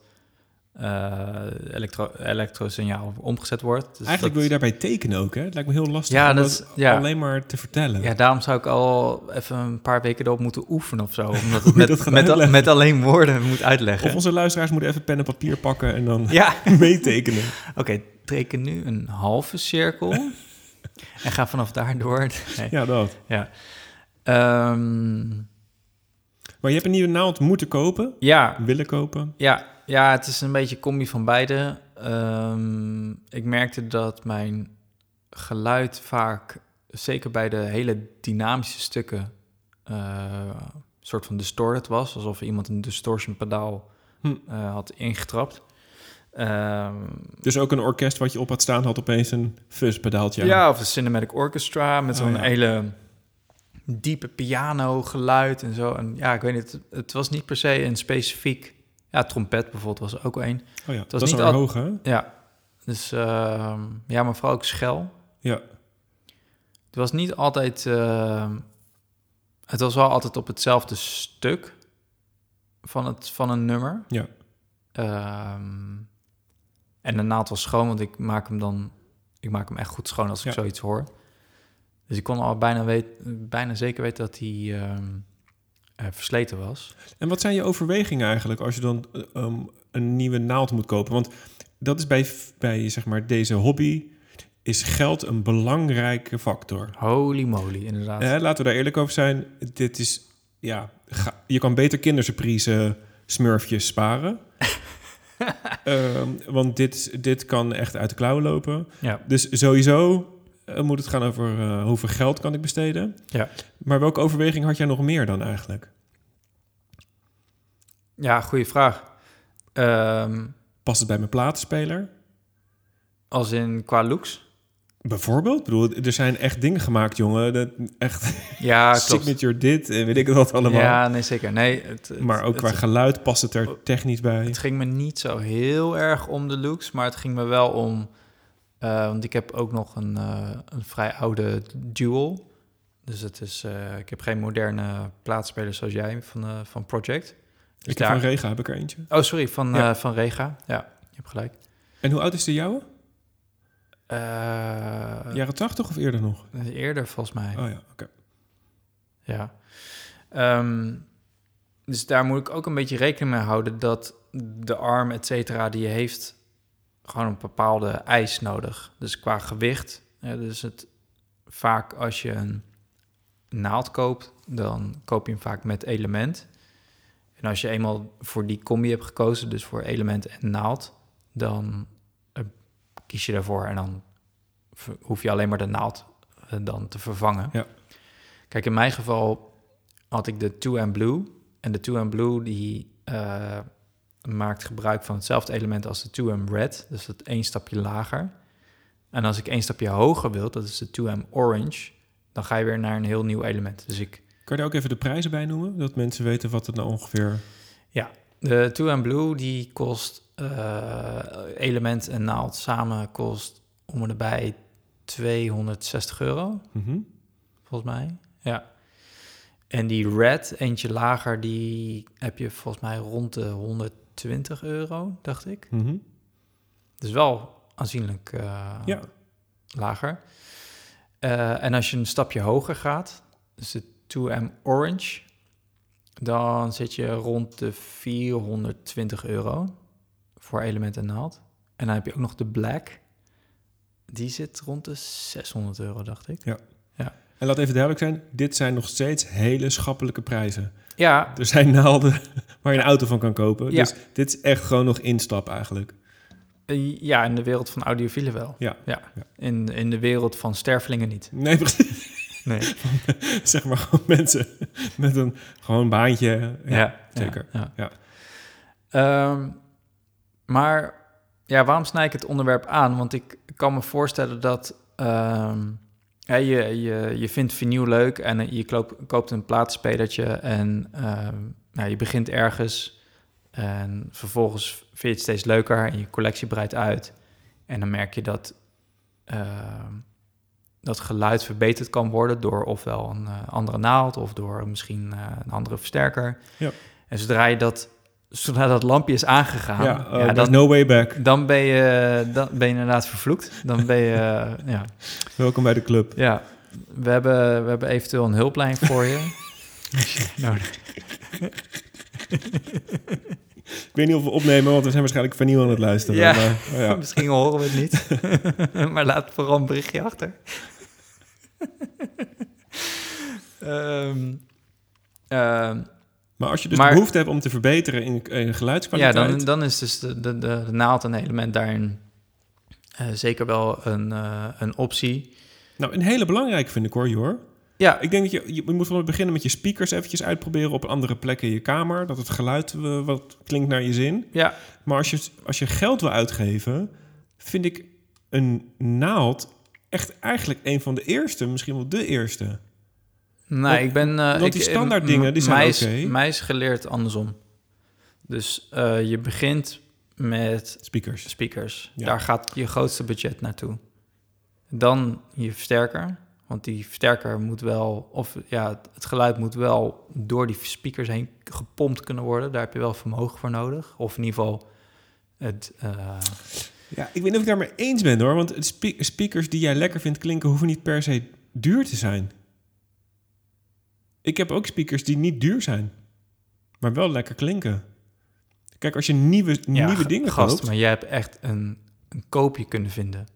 S1: eh elektro elektrosignaal omgezet wordt. Dus
S2: Eigenlijk wil
S1: dat-
S2: je daarbij tekenen ook, hè? Het lijkt me heel lastig
S1: Ja,
S2: om
S1: dat
S2: dat
S1: is- ja.
S2: alleen maar te vertellen.
S1: Ja, daarom zou ik al even een paar weken erop moeten oefenen of zo. Omdat het met,
S2: dat gaat
S1: met,
S2: uitleggen.
S1: met alleen woorden moet uitleggen.
S2: Of onze luisteraars moeten even pen en papier pakken en dan
S1: Ja,
S2: meetekenen.
S1: oké. teken nu een halve cirkel. en ga vanaf daar door. Nee,
S2: Ja, dat.
S1: ja. Ehm,
S2: Maar je hebt een nieuwe naald moeten kopen,
S1: ja,
S2: willen kopen.
S1: ja, ja, het is een beetje een combi van beide. Ehm, ik merkte dat mijn geluid vaak, zeker bij de hele dynamische stukken, eh, soort van distorted was. Alsof iemand een distortion pedaal
S2: Hm.
S1: eh, had ingetrapt. Ehm,
S2: Dus ook een orkest wat je op had staan had opeens een fuzzpedaaltje.
S1: Ja.
S2: aan.
S1: of een Cinematic Orchestra met
S2: Oh,
S1: zo'n
S2: ja.
S1: hele diepe piano geluid en zo. En ja, ik weet niet, het was niet per se een specifiek... Ja, trompet bijvoorbeeld was er ook wel een.
S2: Oh ja, dat
S1: was
S2: is
S1: niet
S2: alweer
S1: al-
S2: hoog, hè?
S1: Ja, dus ehm, ja, maar vooral ook schel.
S2: Ja,
S1: Het was niet altijd... ehm, het was wel altijd op hetzelfde stuk van, het, van een nummer.
S2: ja.
S1: Ehm, en de naald was schoon, want ik maak hem dan... Ik maak hem echt goed schoon als ik
S2: Ja.
S1: zoiets hoor. Dus ik kon al bijna, weet, bijna zeker weten dat hij ehm, eh, versleten was.
S2: En wat zijn je overwegingen eigenlijk als je dan eh, um, een nieuwe naald moet kopen? Want dat is bij, bij zeg maar, deze hobby is geld een belangrijke factor.
S1: Holy moly, inderdaad.
S2: Eh, laten we daar eerlijk over zijn. Dit is, ja, ga- je kan beter kindersurprise smurfjes sparen. Ehm, want dit, dit kan echt uit de klauwen lopen.
S1: Ja.
S2: Dus sowieso eh, moet het gaan over eh, hoeveel geld kan ik besteden.
S1: Ja.
S2: Maar welke overweging had jij nog meer dan eigenlijk?
S1: ja, goede vraag. Ehm,
S2: Past het bij mijn platenspeler?
S1: als in qua looks?
S2: Bijvoorbeeld? Ik bedoel, er zijn echt dingen gemaakt, jongen. Dat, echt
S1: Ja, klopt.
S2: signature dit en weet ik wat allemaal.
S1: Ja, nee, zeker. Nee, het, het-
S2: maar ook qua
S1: het,
S2: geluid past het er technisch bij.
S1: het ging me niet zo heel erg om de looks, maar het ging me wel om... eh, want ik heb ook nog een, eh, een vrij oude Dual. Dus het is, eh, ik heb geen moderne plaatsspeler zoals jij van, eh, van Project. Dus
S2: Ik heb van Rega heb ik er eentje.
S1: Oh, sorry, van,
S2: Ja.
S1: eh, van Rega. Ja, je hebt gelijk.
S2: En hoe oud is de jouwe?
S1: Eh,
S2: Jaren 80 of eerder nog?
S1: Eerder volgens mij.
S2: Oh ja, oké.
S1: Ja. Ehm, dus daar moet ik ook een beetje rekening mee houden dat de arm, et cetera, die je heeft, gewoon een bepaalde eis nodig. Dus qua gewicht. Hè, dus het vaak als je een naald koopt, dan koop je hem vaak met element. En als je eenmaal voor die combi hebt gekozen, dus voor element en naald, dan eh, kies je daarvoor en dan ver- hoef je alleen maar de naald eh, dan te vervangen.
S2: Ja.
S1: Kijk, in mijn geval had ik de 2 and Blue. En de 2 and Blue die eh, maakt gebruik van hetzelfde element als de 2 and Red. Dus dat één stapje lager. En als ik één stapje hoger wil, dat is de 2M Orange, dan ga je weer naar een heel nieuw element. Dus ik,
S2: Kan je daar ook even de prijzen bij noemen? Dat mensen weten wat het nou ongeveer...
S1: ja, de 2M Blue die kost eh, element en naald samen kost om en nabij 260 euro.
S2: Mhm.
S1: volgens mij. Ja. En die red, eentje lager, die heb je volgens mij rond de 120 euro, dacht ik.
S2: Mhm.
S1: Dus wel aanzienlijk eh,
S2: Ja.
S1: lager. Eh, en als je een stapje hoger gaat, dus de 2M Orange, dan zit je rond de 420 euro voor element en naald. En dan heb je ook nog de black. Die zit rond de 600 euro, dacht ik.
S2: En laat even duidelijk zijn, dit zijn nog steeds hele schappelijke prijzen.
S1: Ja,
S2: Er zijn naalden waar je een auto van kan
S1: Ja.
S2: kopen. Dus dit is echt gewoon nog instap eigenlijk.
S1: Eh, Ja, in de wereld van audiofielen wel.
S2: Ja.
S1: Ja.
S2: Ja.
S1: In, in de wereld van stervelingen niet.
S2: Nee, precies.
S1: Nee.
S2: zeg maar gewoon mensen met een gewoon baantje. Ja. zeker.
S1: Ja.
S2: Ja.
S1: Ehm, maar ja, waarom snij ik het onderwerp aan? Want ik kan me voorstellen dat ehm, ja, je, je, je vindt vinyl leuk en eh, je kloop- koopt een plaatspelertje en ehm, nou, je begint ergens en vervolgens vind je het steeds leuker en je collectie breidt uit. En dan merk je dat ehm, dat geluid verbeterd kan worden door ofwel een eh, andere naald of door misschien eh, een andere versterker.
S2: Ja.
S1: En zodra je dat, zodra dat lampje is aangegaan,
S2: Ja, oh,
S1: Ah, ja,
S2: there's
S1: dan,
S2: no way back.
S1: dan, ben je, dan ben je inderdaad vervloekt. Dan ben je, eh, ja.
S2: Welkom bij de club.
S1: ja. We hebben, we hebben eventueel een hulplijn voor je. Als je het nodig hebt.
S2: Ik weet niet of we opnemen, want we zijn waarschijnlijk van nieuw aan het luisteren.
S1: Ja.
S2: Maar, oh ja.
S1: Misschien horen we het niet. maar laat vooral een berichtje achter. Ehm, ehm,
S2: maar als je dus
S1: Maar-
S2: behoefte hebt om te verbeteren in, eh, in
S1: Ja,
S2: geluidskwaliteit...
S1: dan, dan is dus de, de, de, de naald een element daarin eh, zeker wel een, eh, een optie.
S2: Nou, een hele belangrijke vind ik hoor, Jor.
S1: Ja,
S2: Ik denk dat je, je moet vooral beginnen met je speakers eventjes uitproberen op andere plekken in je kamer. Dat het geluid eh, wat klinkt naar je zin.
S1: ja,
S2: Maar als je, als je geld wil uitgeven, vind ik een naald echt eigenlijk een van de eerste, misschien wel de eerste.
S1: nou,
S2: Want-
S1: ik ben... eh,
S2: want
S1: ik-
S2: die
S1: ik-
S2: standaard dingen, die zijn
S1: mij is-
S2: oké.
S1: Mij is geleerd andersom. Dus eh, je begint met
S2: Speakers.
S1: speakers.
S2: Ja.
S1: Daar gaat je grootste budget naartoe. Dan je versterker. Want die versterker moet wel, of ja, het geluid moet wel door die speakers heen gepompt kunnen worden. Daar heb je wel vermogen voor nodig. Of in ieder geval het. eh,
S2: Ja, ik weet niet of ik daarmee eens ben hoor. Want het spe- speakers die jij lekker vindt klinken, hoeven niet per se duur te zijn. Ik heb ook speakers die niet duur zijn, maar wel lekker klinken. Kijk, als je nieuwe, nieuwe
S1: g-
S2: dingen
S1: gast,
S2: koopt...
S1: Maar jij hebt echt een, een koopje kunnen vinden.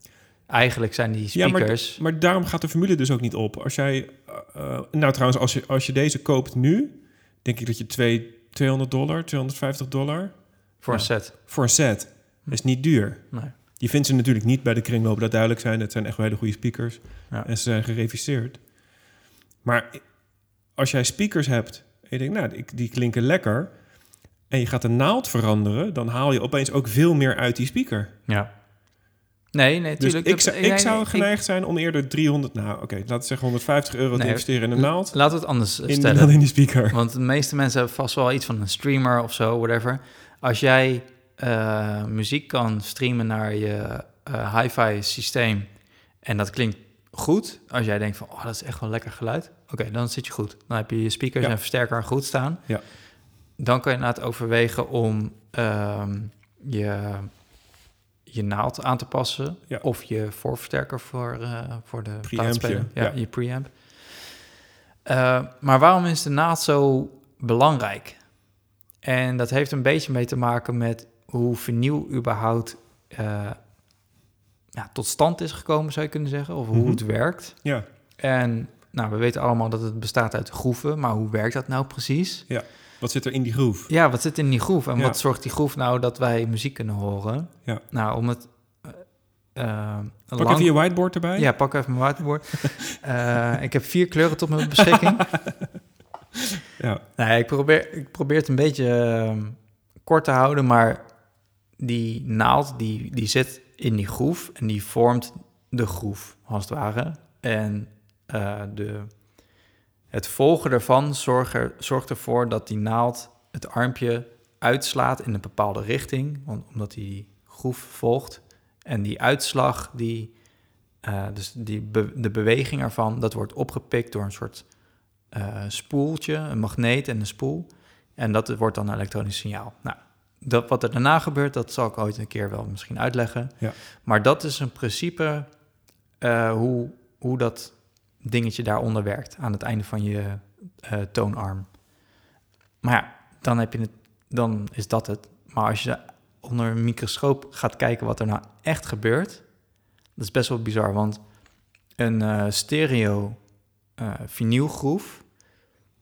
S1: Eigenlijk zijn die
S2: Ja, maar-
S1: speakers.
S2: Maar daarom gaat de formule dus ook niet op. Als jij, eh, eh, nou trouwens, als je, als je deze koopt nu, denk ik dat je twee, 200 dollar, 250 dollar
S1: voor
S2: ja.
S1: een set.
S2: voor een set. Dat is niet duur.
S1: Nee.
S2: Je vindt ze natuurlijk niet bij de kringloop, dat duidelijk zijn. Het zijn echt wel hele goede speakers.
S1: Ja.
S2: En ze zijn gereviseerd. Maar als jij speakers hebt en je denkt, nou, die, die klinken lekker. En je gaat de naald veranderen, dan haal je opeens ook veel meer uit die speaker.
S1: Ja. Nee, nee,
S2: Dus
S1: tuurlijk.
S2: ik,
S1: dat- eh,
S2: zou-
S1: nee,
S2: ik zou
S1: nee,
S2: geneigd zijn om eerder 300, nou oké, laten we zeggen 150 euro te
S1: Nee,
S2: investeren in een naald.
S1: Laten we het anders eh,
S2: In,
S1: stellen.
S2: dan in die speaker.
S1: Want de meeste mensen hebben vast wel iets van een streamer of zo, whatever. Als jij eh, muziek kan streamen naar je eh, hi-fi systeem en dat klinkt goed, als jij denkt van, oh, dat is echt wel lekker geluid. Oké, dan zit je goed. Dan heb je je speakers
S2: Ja.
S1: en versterker goed staan.
S2: Ja.
S1: Dan kan je na het overwegen om ehm, je, je naald aan te passen
S2: Ja.
S1: of je voorversterker voor, eh, voor de
S2: Preampje,
S1: plaatspeler. Ja,
S2: ja.
S1: je preamp. Eh, maar waarom is de naald zo belangrijk? En dat heeft een beetje mee te maken met hoe vernieuw überhaupt eh, ja, tot stand is gekomen, zou je kunnen zeggen, of hoe
S2: Mhm.
S1: het werkt.
S2: Ja,
S1: En nou, we weten allemaal dat het bestaat uit groeven, maar hoe werkt dat nou precies?
S2: wat zit er in die groef?
S1: Ja, wat zit in die groef en
S2: Ja.
S1: wat zorgt die groef nou dat wij muziek kunnen horen?
S2: Ja.
S1: Nou, om het eh, eh,
S2: Pak
S1: lang-
S2: even je whiteboard erbij.
S1: ja, pak even mijn waterwoord. Eh, ik heb vier kleuren tot mijn beschikking.
S2: Ja.
S1: Nou, ja, ik, probeer, ik probeer het een beetje ehm, kort te houden, maar die naald die, die zit in die groef en die vormt de groef, als het ware. En eh, de, het volgen ervan zorgt, er, zorgt ervoor dat die naald het armpje uitslaat in een bepaalde richting, want, omdat die, die groef volgt. En die uitslag, die, eh, dus die be- de beweging ervan, dat wordt opgepikt door een soort eh, spoeltje, een magneet en een spoel. En dat wordt dan een elektronisch signaal. Nou, dat, wat er daarna gebeurt, dat zal ik ooit een keer wel misschien uitleggen.
S2: Ja.
S1: Maar dat is een principe eh, hoe, hoe dat dingetje daaronder werkt aan het einde van je eh, toonarm. Maar ja, dan, heb je het, dan is dat het. Maar als je onder een microscoop gaat kijken wat er nou echt gebeurt, dat is best wel bizar. Want een eh, stereo eh vinylgroef,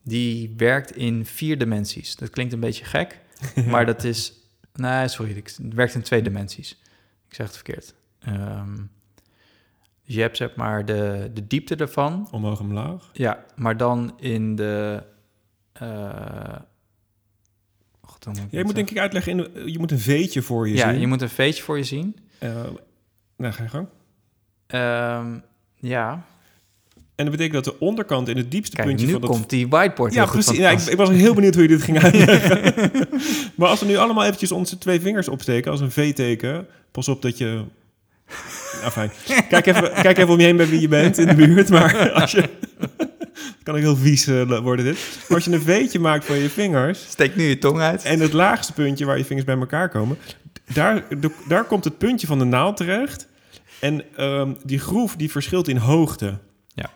S1: die werkt in vier dimensies. Dat klinkt een beetje gek, maar dat is... Nee, sorry, ik- het werkt in twee dimensies. Ik zeg het verkeerd. Ehm, dus je hebt zeg maar de, de diepte ervan,
S2: Omhoog omlaag.
S1: ja, maar dan in de. eh, God, dan moet ik
S2: Ja, je
S1: het
S2: moet denk ik uitleggen, in, je moet een veetje voor je
S1: zeggen. Ja,
S2: zien.
S1: je moet een veetje voor je zien.
S2: Eh, nou, ga je gang.
S1: Ehm, ja,
S2: En dat betekent dat de onderkant in het diepste
S1: kijk,
S2: puntje
S1: nu
S2: van dat...
S1: komt die whiteboard.
S2: ja,
S1: heel goed
S2: precies.
S1: van
S2: Ja, ik,
S1: pas.
S2: ik was heel benieuwd hoe je dit ging uitleggen. maar als we nu allemaal eventjes onze twee vingers opsteken als een V-teken... Pas op dat je... Nou, fijn. Kijk even, kijk even om je heen bij wie je bent in de buurt. Maar als je... Het kan ook heel vies eh, worden dit. Maar als je een V'tje maakt van je vingers...
S1: Steek nu je tong uit.
S2: En het laagste puntje waar je vingers bij elkaar komen, daar, do- daar komt het puntje van de naald terecht. En ehm, die groef die verschilt in hoogte.
S1: Ja.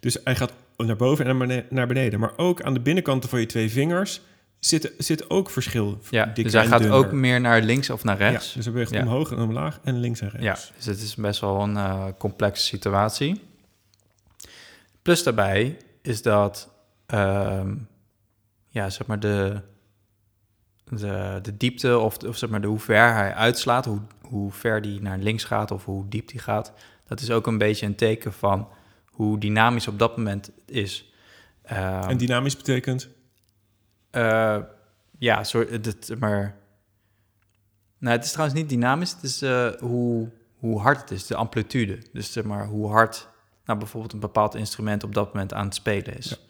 S2: Dus hij gaat naar boven en naar bene- naar beneden. Maar ook aan de binnenkanten van je twee vingers zit, zit ook verschil.
S1: ja,
S2: dikker
S1: dus hij
S2: en
S1: gaat
S2: dunner.
S1: ook meer naar links of naar
S2: Ja,
S1: rechts.
S2: dus hij beweegt
S1: Ja.
S2: omhoog en omlaag en links en
S1: Ja,
S2: rechts.
S1: dus het is best wel een eh, complexe situatie. Plus daarbij is dat, ehm, ja, zeg maar de, de, de diepte of, of zeg maar de hoe ver hij uitslaat, hoe, hoe ver die naar links gaat of hoe diep die gaat, dat is ook een beetje een teken van hoe dynamisch op dat moment het is. Ehm,
S2: En dynamisch betekent...
S1: eh, ja, soort, dit, maar. Nou, het is trouwens niet dynamisch. Het is eh, hoe, hoe hard het is, de amplitude. Dus zeg maar hoe hard nou, bijvoorbeeld een bepaald instrument op dat moment aan het spelen is.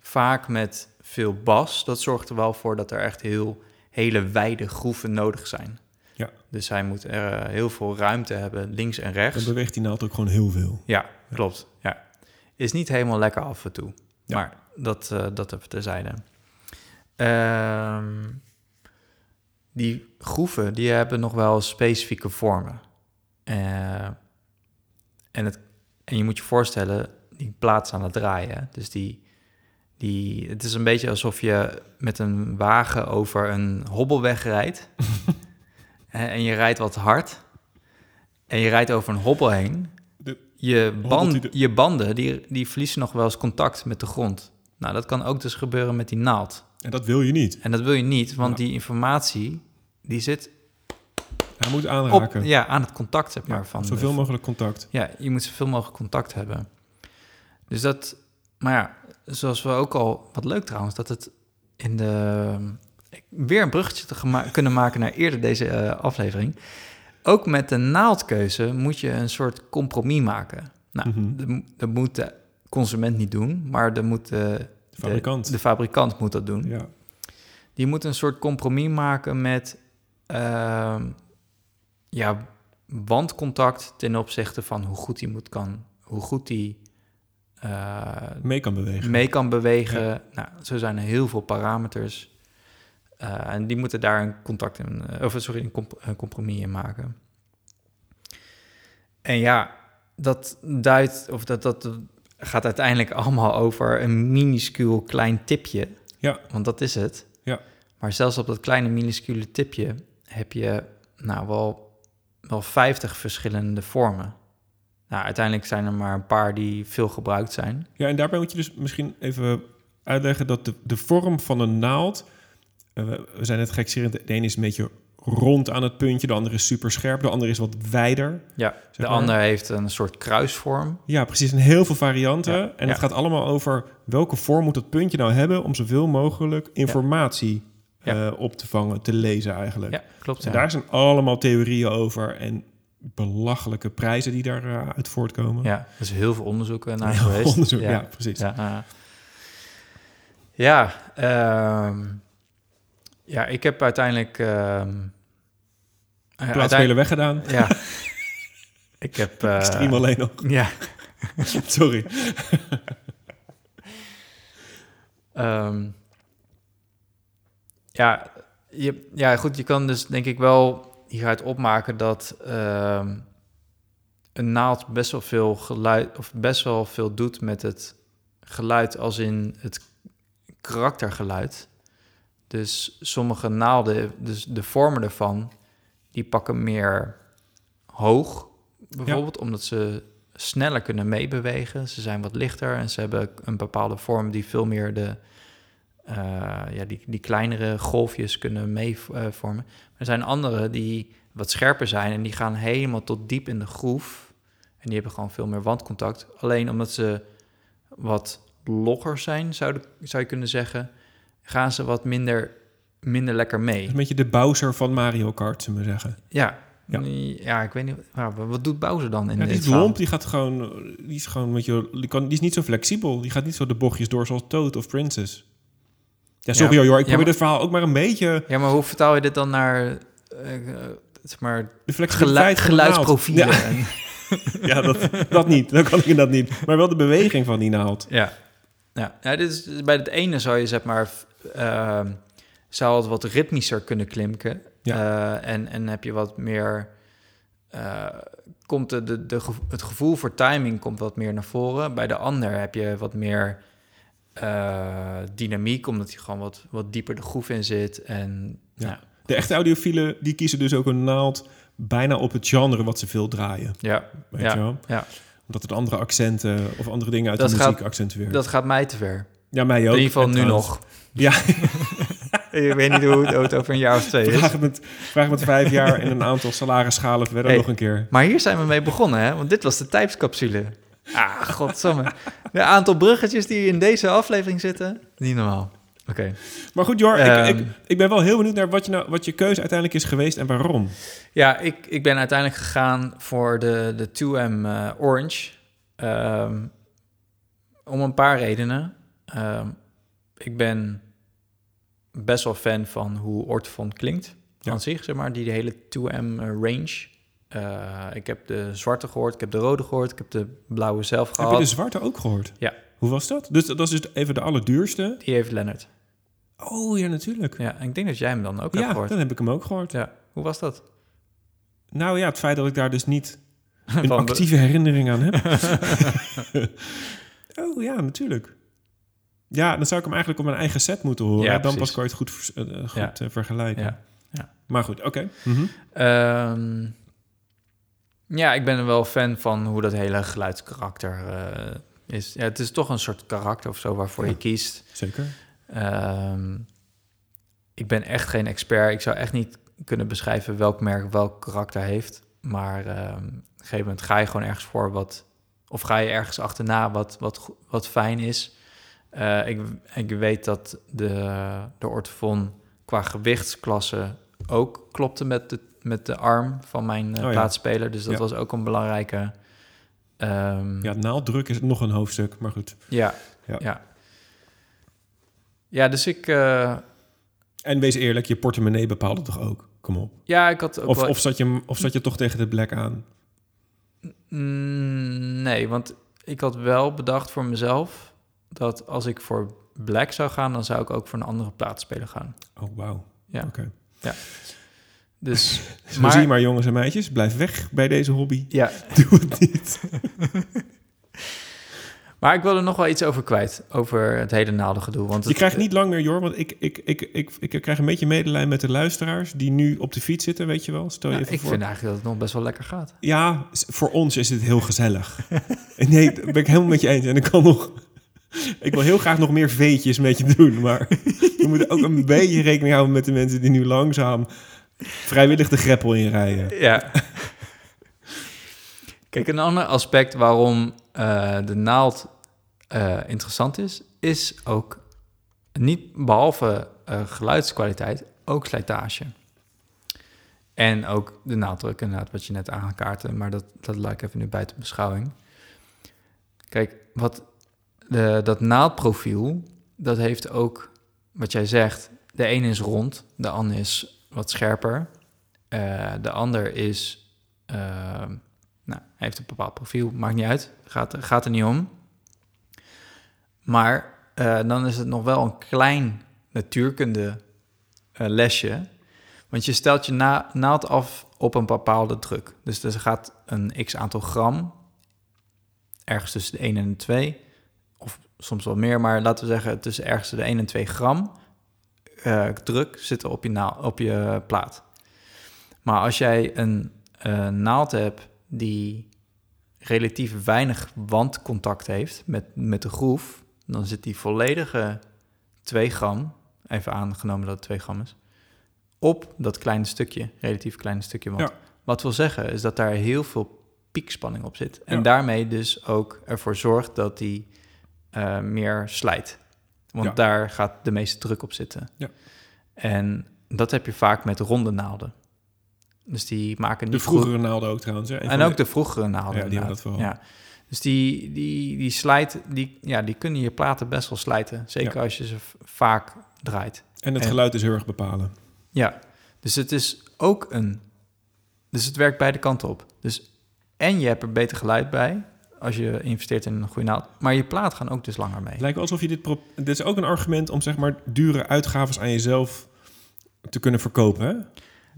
S1: Vaak met veel bas, dat zorgt er wel voor dat er echt heel hele wijde groeven nodig zijn.
S2: Ja.
S1: Dus hij moet er eh, heel veel ruimte hebben, links en
S2: Dan
S1: rechts.
S2: beweegt die naald ook gewoon heel veel.
S1: Ja, klopt. Ja. Is niet helemaal lekker af en toe.
S2: Ja.
S1: Maar dat, eh dat even terzijde. Ehm die groeven, die hebben nog wel specifieke vormen. Eh, en, het, en je moet je voorstellen, die plaats aan het draaien. Dus die, die, het is een beetje alsof je met een wagen over een hobbelweg rijdt. Eh, en je rijdt wat hard. En je rijdt over een hobbel heen.
S2: De-
S1: Je,
S2: Hobbelt
S1: ban,
S2: hij de-
S1: je banden, die, die verliezen nog wel eens contact met de grond. Nou, dat kan ook dus gebeuren met die naald.
S2: En dat wil je niet.
S1: En dat wil je niet, want die informatie die zit
S2: Hij moet
S1: op,
S2: aanraken.
S1: ja, aan het contact zeg maar, van de-
S2: Zoveel mogelijk contact.
S1: Ja, je moet zoveel mogelijk contact hebben. Dus dat, maar ja, zoals we ook al, wat leuk trouwens, dat het in de ik- weer een bruggetje te gema- kunnen maken naar eerder deze eh, aflevering. Ook met de naaldkeuze moet je een soort compromis maken. Nou,
S2: Mhm.
S1: dat mo- dat moet de consument niet doen, maar dat moet de, de-
S2: fabrikant.
S1: de fabrikant moet dat doen
S2: Ja.
S1: die moet een soort compromis maken met ehm, ja, wandcontact ten opzichte van hoe goed hij moet kan, hoe goed hij eh,
S2: Mee kan bewegen.
S1: mee kan bewegen. Nou, zo zijn er heel veel parameters. Eh, en die moeten daar een contact in, eh, of sorry, een, comp- een compromis in maken. En ja, dat duidt, of dat, dat gaat uiteindelijk allemaal over een minuscuul klein tipje.
S2: Ja.
S1: Want dat is het.
S2: Ja.
S1: Maar zelfs op dat kleine minuscule tipje heb je nou wel, wel 50 verschillende vormen. Nou, uiteindelijk zijn er maar een paar die veel gebruikt zijn.
S2: Ja, en daarbij moet je dus misschien even uitleggen dat de, de vorm van een naald. eh, we we zijn het gekscherend. De ene is een beetje rond aan het puntje, de andere is super scherp, de andere is wat wijder.
S1: Ja, de
S2: maar.
S1: ander heeft een soort kruisvorm.
S2: Ja, precies. En heel veel varianten.
S1: Ja,
S2: en
S1: ja.
S2: het gaat allemaal over welke vorm moet dat puntje nou hebben om zoveel mogelijk informatie
S1: Ja.
S2: eh, op te vangen, te lezen eigenlijk.
S1: Ja, klopt.
S2: En
S1: ja.
S2: daar zijn allemaal theorieën over. En belachelijke prijzen die daaruit uit voortkomen.
S1: Ja, er is heel veel onderzoek eh, naar
S2: Heel veel
S1: geweest.
S2: onderzoek, ja, precies.
S1: Ja, eh. ja, ehm, ja, ik heb uiteindelijk... ehm, eh,
S2: Plaatsspelen weggedaan.
S1: uiteindelijk- Ja. ik heb... eh,
S2: Stream alleen nog.
S1: ja,
S2: Sorry.
S1: Ehm, ja, je, ja, goed, je kan dus denk ik wel hieruit opmaken dat ehm, een naald best wel veel geluid of best wel veel doet met het geluid als in het karaktergeluid. Dus sommige naalden, dus de vormen ervan, die pakken meer hoog, bijvoorbeeld, omdat ze sneller kunnen meebewegen. Ze zijn wat lichter en ze hebben een bepaalde vorm die veel meer de, eh, ja, die, die kleinere golfjes kunnen meevormen. er zijn andere die wat scherper zijn en die gaan helemaal tot diep in de groef. En die hebben gewoon veel meer wandcontact. Alleen omdat ze wat logger zijn, zou, zou je kunnen zeggen, gaan ze wat minder, minder lekker mee.
S2: Een beetje de Bowser van Mario Kart, zullen we zeggen.
S1: Ja.
S2: Ja.
S1: Ja. ik weet niet. maar wat doet Bowser dan in
S2: Ja, die
S1: dit
S2: is
S1: verhaal?
S2: lomp, die gaat gewoon, die is gewoon met je, die, kan, die is niet zo flexibel. Die gaat niet zo de bochtjes door zoals Toad of Princess. Ja, sorry
S1: Ja,
S2: hoor, ik
S1: ja,
S2: probeer
S1: maar-
S2: dit verhaal ook maar een beetje
S1: Ja, maar hoe vertaal je dit dan naar eh, eh, zeg maar
S2: de
S1: geluid,
S2: flexibiliteit van de naald.
S1: geluidsprofielen?
S2: Ja,
S1: En-
S2: ja dat, dat niet, dan kan ik dat niet. Maar wel de beweging van die naald.
S1: Ja. ja. ja dit is, bij het ene zou je zeg maar... ehm, zou het wat ritmischer kunnen klimken.
S2: Ja.
S1: Eh, en, en heb je wat meer... eh, komt de, de, de, gevo- het gevoel voor timing komt wat meer naar voren. Bij de ander heb je wat meer eh, dynamiek... omdat hij gewoon wat, wat dieper de groef in zit. En
S2: Ja.
S1: ja,
S2: De echte audiofielen, die kiezen dus ook een naald bijna op het genre wat ze veel draaien.
S1: ja,
S2: Weet
S1: ja,
S2: je wel?
S1: ja.
S2: Omdat het andere accenten of andere dingen uit
S1: Dat
S2: de
S1: gaat-
S2: muziek accentueert.
S1: dat gaat mij te ver.
S2: ja, mij ook.
S1: In ieder geval
S2: En
S1: nu
S2: trouwens-
S1: nog.
S2: Ja,
S1: Ik weet niet hoe het ooit over een jaar of twee is.
S2: vraag het met, vraag het met vijf jaar en een aantal salarisschalen verder
S1: Hey.
S2: nog een keer.
S1: Maar hier zijn we mee begonnen, hè? Want dit was de tijdscapsule. Ah, godsamme. De aantal bruggetjes die in deze aflevering zitten, niet normaal. Oké.
S2: Maar goed, Jor, ik,
S1: Ehm.
S2: ik, ik ben wel heel benieuwd naar wat je, nou, wat je keuze uiteindelijk is geweest en waarom.
S1: Ja, ik, ik ben uiteindelijk gegaan voor de, de 2M eh, Orange. Ehm, om een paar redenen. Ehm, ik ben best wel fan van hoe Ortofon klinkt.
S2: Ja.
S1: Aan zich, zeg maar, die hele 2M eh, range. Eh, ik heb de zwarte gehoord, ik heb de rode gehoord, ik heb de blauwe zelf
S2: Heb
S1: gehad.
S2: je de zwarte ook gehoord?
S1: Ja.
S2: Hoe was dat? Dus dat is dus even de allerduurste.
S1: Die heeft Lennart.
S2: Oh, ja, natuurlijk. Ja,
S1: Ja, en ik denk dat jij hem dan ook hebt gehoord.
S2: dan heb ik hem ook gehoord.
S1: Ja. Hoe was dat?
S2: Nou ja, het feit dat ik daar dus niet een
S1: Van de-
S2: actieve herinnering aan heb. oh ja, natuurlijk. Ja, dan zou ik hem eigenlijk op mijn eigen set moeten horen.
S1: Ja,
S2: dan
S1: precies.
S2: pas kan je het goed, vers- eh, eh, goed
S1: Ja.
S2: eh, vergelijken.
S1: Ja. Ja. Mhm.
S2: Maar goed, oké.
S1: Ehm, ja, ik ben wel fan van hoe dat hele geluidskarakter eh, is. Ja, het is toch een soort karakter of zo waarvoor je kiest.
S2: Zeker.
S1: Ehm, ik ben echt geen expert. Ik zou echt niet kunnen beschrijven welk merk welk karakter heeft. Maar ehm, op een gegeven moment ga je gewoon ergens voor wat... Of ga je ergens achterna wat, wat, go- wat fijn is. Eh, ik, ik weet dat de, de Ortofon qua gewichtsklasse ook klopte met de, met de arm van mijn eh,
S2: Oh ja.
S1: plaatspeler. Dus dat
S2: Ja.
S1: was ook een belangrijke... ehm,
S2: Ja, naaldruk is nog een hoofdstuk, maar goed.
S1: ja,
S2: Ja.
S1: ja. ja. dus ik... eh,
S2: En wees eerlijk, je portemonnee bepaalde toch ook? Kom op.
S1: Ja, ik had ook
S2: Of,
S1: wel...
S2: of, zat je, of zat je toch tegen de black aan?
S1: Mm, nee, want ik had wel bedacht voor mezelf... dat als ik voor Black zou gaan... dan zou ik ook voor een andere plaatsspeler gaan.
S2: Oh, wauw.
S1: Ja.
S2: Oké.
S1: Dus,
S2: Zo zie je maar, jongens en meisjes, blijf weg bij deze hobby.
S1: Ja,
S2: Doe het niet.
S1: maar ik wil er nog wel iets over kwijt. Over het hele naaldengedoe. Want
S2: Je
S1: het-
S2: krijgt niet lang meer, Jor, want ik, ik, ik, ik, ik, krijg een beetje medelijn met de luisteraars die nu op de fiets zitten, weet je wel. Stel je
S1: Nou,
S2: even
S1: ik
S2: voor.
S1: vind eigenlijk dat het nog best wel lekker gaat.
S2: Ja, s- voor ons is het heel gezellig. nee, dat ben ik helemaal met je eens. En ik kan nog... Ik wil heel graag nog meer veetjes met je doen, maar we moeten ook een beetje rekening houden met de mensen die nu langzaam vrijwillig de greppel inrijden.
S1: Ja. Kijk, een ander aspect waarom eh, de naald eh, interessant is... is ook niet behalve eh, geluidskwaliteit, ook slijtage. En ook de naalddruk, inderdaad, wat je net aankaartte. Maar dat, dat laat ik even nu buiten beschouwing. Kijk, wat de, dat naaldprofiel, dat heeft ook, wat jij zegt, de een is rond, de ander is wat scherper. Eh, de ander is, eh, nou, heeft een bepaald profiel, maakt niet uit, gaat, gaat er niet om. Maar eh, dan is het nog wel een klein natuurkunde eh, lesje. Want je stelt je na- naald af op een bepaalde druk. Dus er gaat een x aantal gram, ergens tussen de 1 en de 2, of soms wel meer, maar laten we zeggen tussen ergens de 1 en 2 gram eh, druk zitten op je, naal, op je plaat. Maar als jij een eh, naald hebt die relatief weinig wandcontact heeft met, met de groef, dan zit die volledige 2 gram, even aangenomen dat het 2 gram is, op dat kleine stukje, relatief kleine stukje wand.
S2: Ja.
S1: Wat wil zeggen is dat daar heel veel piekspanning op zit. En
S2: Ja.
S1: daarmee dus ook ervoor zorgt dat die eh, meer slijt. Want
S2: Ja.
S1: daar gaat de meeste druk op zitten.
S2: Ja.
S1: En dat heb je vaak met ronde naalden. Dus die maken niet
S2: De vroegere naalden ook trouwens. Hè?
S1: en ook de vroegere naalden.
S2: Ja, die hebben
S1: inderdaad.
S2: dat vooral.
S1: Ja. Dus die, die, die slijt, die, ja, die kunnen je platen best wel slijten. Zeker
S2: Ja.
S1: als je ze v- vaak draait.
S2: en het
S1: en-
S2: geluid is heel erg bepalen.
S1: Ja, dus het is ook een. Dus het werkt beide kanten op. Dus en je hebt er beter geluid bij als je investeert in een goede naald. Maar je plaat gaan ook dus langer mee.
S2: Het lijkt wel alsof je dit... pro- Dit is ook een argument om zeg maar dure uitgaves aan jezelf te kunnen verkopen. Hè?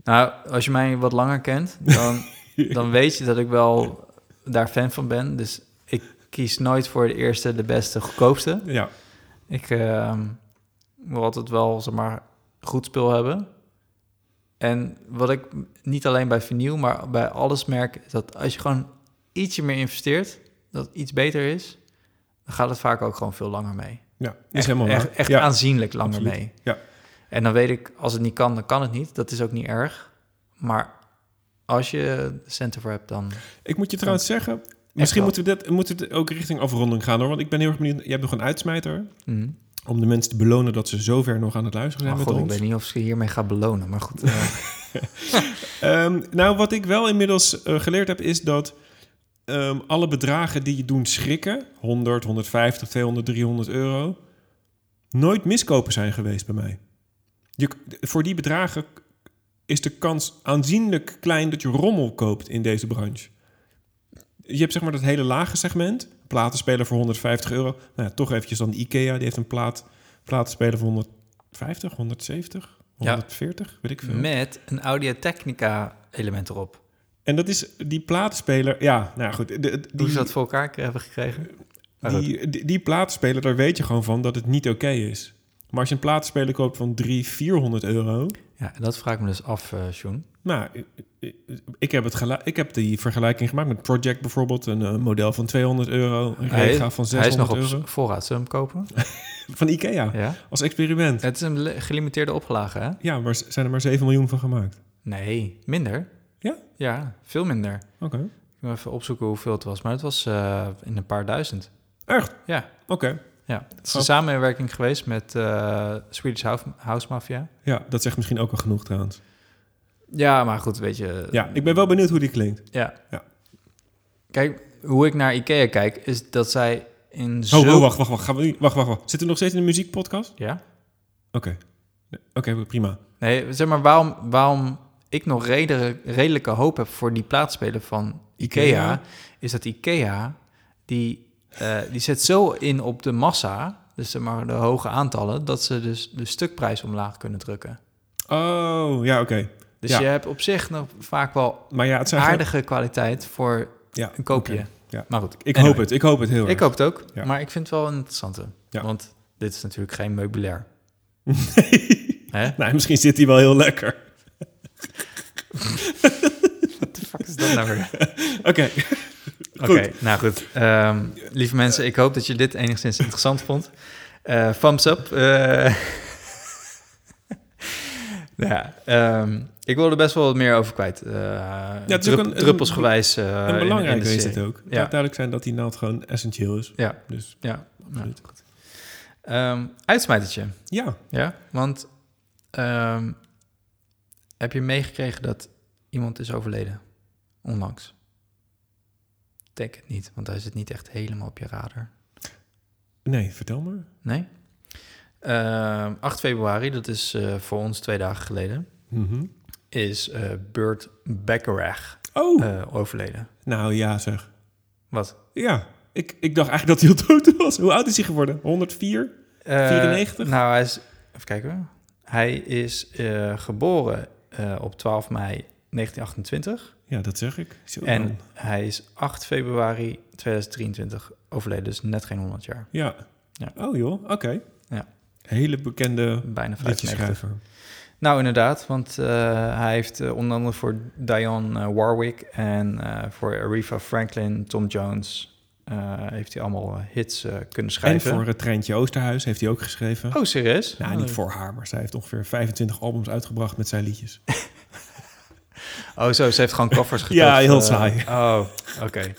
S1: Nou, als je mij wat langer kent, dan, dan weet je dat ik wel daar fan van ben. Dus ik kies nooit voor de eerste, de beste, goedkoopste.
S2: Ja,
S1: Ik ehm, wil altijd wel, zeg maar, goed spul hebben. En wat ik m- niet alleen bij vinyl, maar bij alles merk... is dat als je gewoon ietsje meer investeert, dat het iets beter is... dan gaat het vaak ook gewoon veel langer mee.
S2: ja is
S1: echt,
S2: helemaal waar.
S1: Echt, echt
S2: ja.
S1: aanzienlijk langer
S2: absoluut.
S1: mee.
S2: Ja.
S1: En dan weet ik, als het niet kan, dan kan het niet. Dat is ook niet erg. Maar als je centen voor hebt, dan...
S2: Ik moet je trouwens zeggen... Misschien
S1: wel.
S2: moeten we, dit, moeten we dit ook richting afronding gaan hoor. Want ik ben heel erg benieuwd. Je hebt nog een uitsmijter.
S1: Mhm.
S2: Om de mensen te belonen dat ze zover nog aan het luisteren
S1: Maar
S2: zijn
S1: god,
S2: met
S1: ik
S2: ons.
S1: weet niet of ze hiermee gaat belonen. Maar goed, eh,
S2: Ehm, nou, wat ik wel inmiddels eh, geleerd heb, is dat ehm, alle bedragen die je doen schrikken, 100, 150, 200, 300 euro, nooit miskopen zijn geweest bij mij. Je, voor die bedragen is de kans aanzienlijk klein dat je rommel koopt in deze branche. Je hebt zeg maar dat hele lage segment, platenspeler voor 150 euro. Nou ja, toch eventjes dan de Ikea, die heeft een plaat, platenspeler voor 150, 170,
S1: Ja.
S2: 140, weet ik veel.
S1: met een Audio-Technica element erop.
S2: En dat is die platenspeler. Ja, nou ja, goed. de- de-
S1: Hoe
S2: die,
S1: ze dat voor elkaar k- hebben gekregen? Ah,
S2: die, die, die platenspeler, daar weet je gewoon van dat het niet oké is. Maar als je een platenspeler koopt van 300, 400 euro.
S1: Ja, dat vraag ik me dus af, eh Sjoen.
S2: Nou, ik- ik heb, het gelu- ik heb die vergelijking gemaakt met Project bijvoorbeeld. Een eh, model van 200 euro. Een
S1: Hij,
S2: Rega van 600
S1: hij is nog op
S2: euro.
S1: s- voorraad. Zullen we hem kopen?
S2: Van Ikea.
S1: ja.
S2: Als experiment.
S1: Het is een le- gelimiteerde oplage, hè?
S2: Ja, maar s- zijn er maar 7 miljoen van gemaakt.
S1: Nee, minder.
S2: Ja?
S1: Ja, veel minder. Ik
S2: Oké.
S1: moet even opzoeken hoeveel het was. Maar het was eh, in een paar duizend.
S2: Echt? Oké.
S1: Ja, Oh. ja. Het is een samenwerking geweest met eh, Swedish House, House Mafia.
S2: Ja, dat zegt misschien ook al genoeg trouwens.
S1: Ja, maar goed, weet je...
S2: Ja, ik ben wel benieuwd hoe die klinkt. Oh,
S1: Ja.
S2: Ja.
S1: Kijk, hoe ik naar Ikea kijk, is dat zij in
S2: Oh,
S1: zo...
S2: oh, wacht, wacht, wacht. Gaan we nu- Wacht, wacht, wacht. Zitten we nog steeds in de muziekpodcast?
S1: Ja?
S2: Oké. Nee, Oké, prima.
S1: Nee, zeg maar, waarom, waarom ik nog redere- redelijke hoop heb voor die plaatsspeler van Ikea,
S2: Ikea.
S1: is dat Ikea, die, eh, die zet zo in op de massa, dus zeg maar de hoge aantallen, dat ze dus de stukprijs omlaag kunnen drukken.
S2: Oh, ja, oké.
S1: Dus
S2: Ja.
S1: je hebt op zich nog vaak wel
S2: Maar ja, het zijn
S1: aardige kwaliteit voor
S2: gewoon- Ja,
S1: een koopje.
S2: oké. Ja.
S1: Maar goed,
S2: Ik
S1: anyway.
S2: hoop het, ik hoop het heel erg.
S1: Ik hoop het ook,
S2: Ja.
S1: maar ik vind het wel een interessante.
S2: Ja.
S1: Want dit is natuurlijk geen meubilair. Hè?
S2: Nou, misschien zit hij wel heel lekker.
S1: Wat is dat nou weer?
S2: Oké.
S1: Oké, nou goed. Ehm, lieve mensen, ik hoop dat je dit enigszins interessant vond. Eh thumbs up. eh. Nou ja, ehm, ik wil er best wel wat meer over kwijt. Eh
S2: is ook
S1: drup-
S2: een- een-
S1: druppelsgewijs. eh, in- in
S2: en
S1: de
S2: belangrijker is
S1: serie.
S2: het ook.
S1: Ja.
S2: Duidelijk zijn dat die naald gewoon essentieel is.
S1: Ja,
S2: Dus
S1: ja. Nou,
S2: absoluut.
S1: goed. Ehm, uitsmijtertje.
S2: Ja.
S1: Ja, want ehm, heb je meegekregen dat Iemand is overleden. Onlangs. Ik Denk het niet, want hij zit niet echt helemaal op je radar.
S2: Nee, vertel maar.
S1: Nee? Eh, 8 februari, dat is eh, voor ons twee dagen geleden,
S2: Mhm.
S1: is eh Burt Bacharach
S2: Oh,
S1: eh, overleden.
S2: nou ja zeg.
S1: Wat?
S2: Ja, ik, ik dacht eigenlijk dat hij al dood was. Hoe oud is hij geworden? 104?
S1: Eh,
S2: 94?
S1: Nou, hij is... Even kijken. hoor. Hij is eh, geboren eh, op 12 mei 1928.
S2: Ja, dat zeg ik. Zo
S1: En
S2: dan.
S1: hij is 8 februari 2023 overleden, dus net geen 100 jaar.
S2: Ja.
S1: Ja.
S2: Oh joh, oké.
S1: Ja.
S2: Hele bekende
S1: Bijna 95.
S2: liedjeschrijver.
S1: Nou, inderdaad, want eh, hij heeft eh, onder andere voor Dionne eh, Warwick en eh, voor Aretha Franklin, Tom Jones, eh, heeft hij allemaal eh, hits eh, kunnen
S2: En
S1: schrijven.
S2: voor het Treintje Oosterhuis heeft hij ook geschreven.
S1: Oh, serieus?
S2: Nou, niet voor haar, maar zij heeft ongeveer 25 albums uitgebracht met zijn liedjes.
S1: Oh, zo, ze heeft gewoon koffers gekocht.
S2: Ja, heel
S1: eh,
S2: saai.
S1: oh, oké.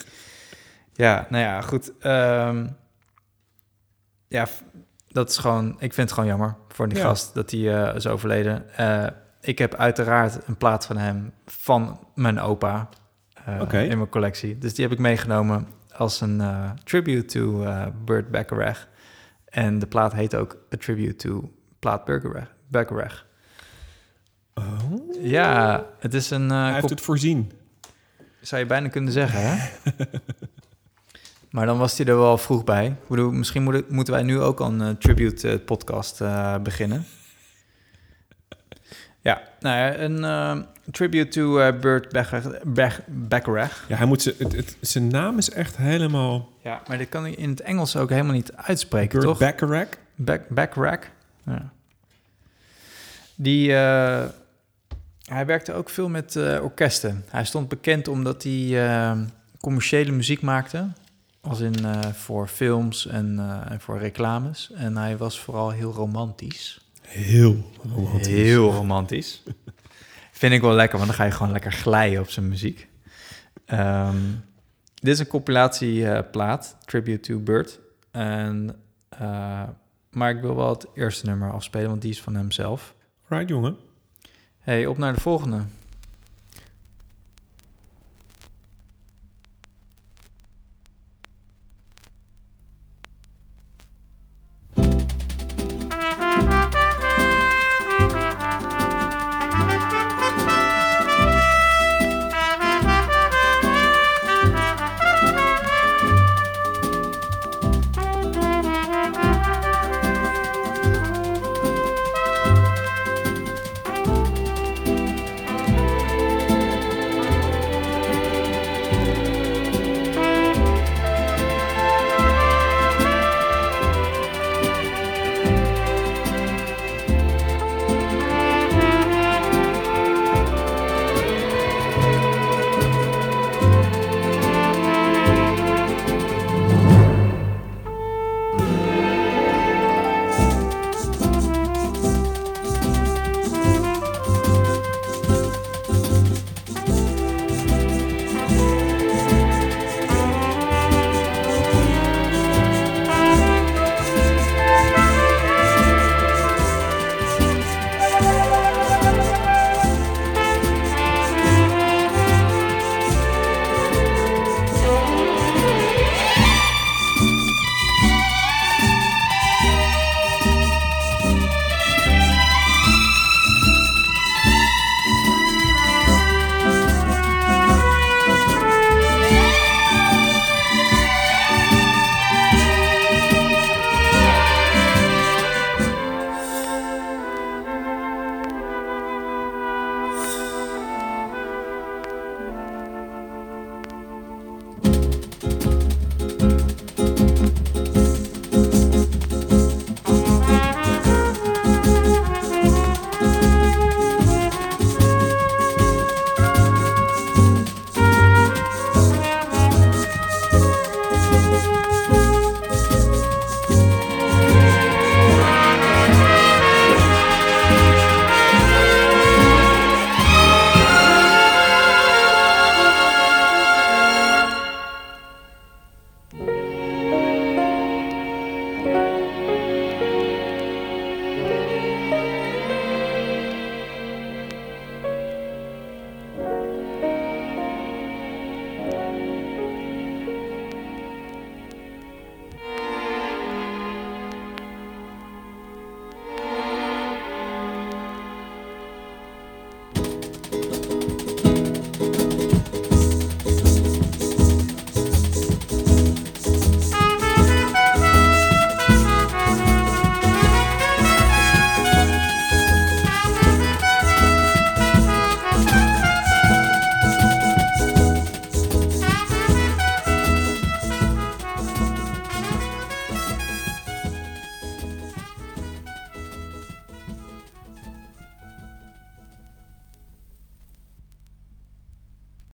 S1: Ja, nou ja, goed. ehm, ja, f- dat is gewoon... Ik vind het gewoon jammer voor die
S2: Ja.
S1: gast dat hij eh, is overleden. Eh, ik heb uiteraard een plaat van hem van mijn opa eh,
S2: Oké.
S1: in mijn collectie. Dus die heb ik meegenomen als een eh, tribute to eh Burt Bacharach. En de plaat heet ook A Tribute to Plaat Bacharach. Bacharach.
S2: Oh,
S1: Ja, het is een... eh,
S2: hij heeft
S1: kop-
S2: het voorzien.
S1: zou je bijna kunnen zeggen, hè? maar dan was hij er wel vroeg bij. Ik bedoel, misschien moet ik- moeten wij nu ook al een eh, tribute eh, podcast eh, beginnen. Ja, nou ja, een eh, tribute to eh, Burt Bacharach. Bach- Bacharach.
S2: Ja, hij moet ze, het, het- zijn naam is echt helemaal...
S1: Ja, maar dat kan ik in het Engels ook helemaal niet uitspreken,
S2: Burt
S1: toch?
S2: Bacharach.
S1: Back, backrack. Ja. Die, eh, hij werkte ook veel met eh, orkesten. Hij stond bekend omdat hij eh, commerciële muziek maakte. Als in eh, voor films en, eh, en voor reclames. En hij was vooral heel romantisch.
S2: Heel romantisch.
S1: Heel romantisch. Vind ik wel lekker, want dan ga je gewoon lekker glijden op zijn muziek. Ehm, dit is een compilatieplaat, Tribute to Bird. En, eh, maar ik wil wel het eerste nummer afspelen, want die is van hemzelf.
S2: Right, jongen.
S1: Hey, op naar de volgende.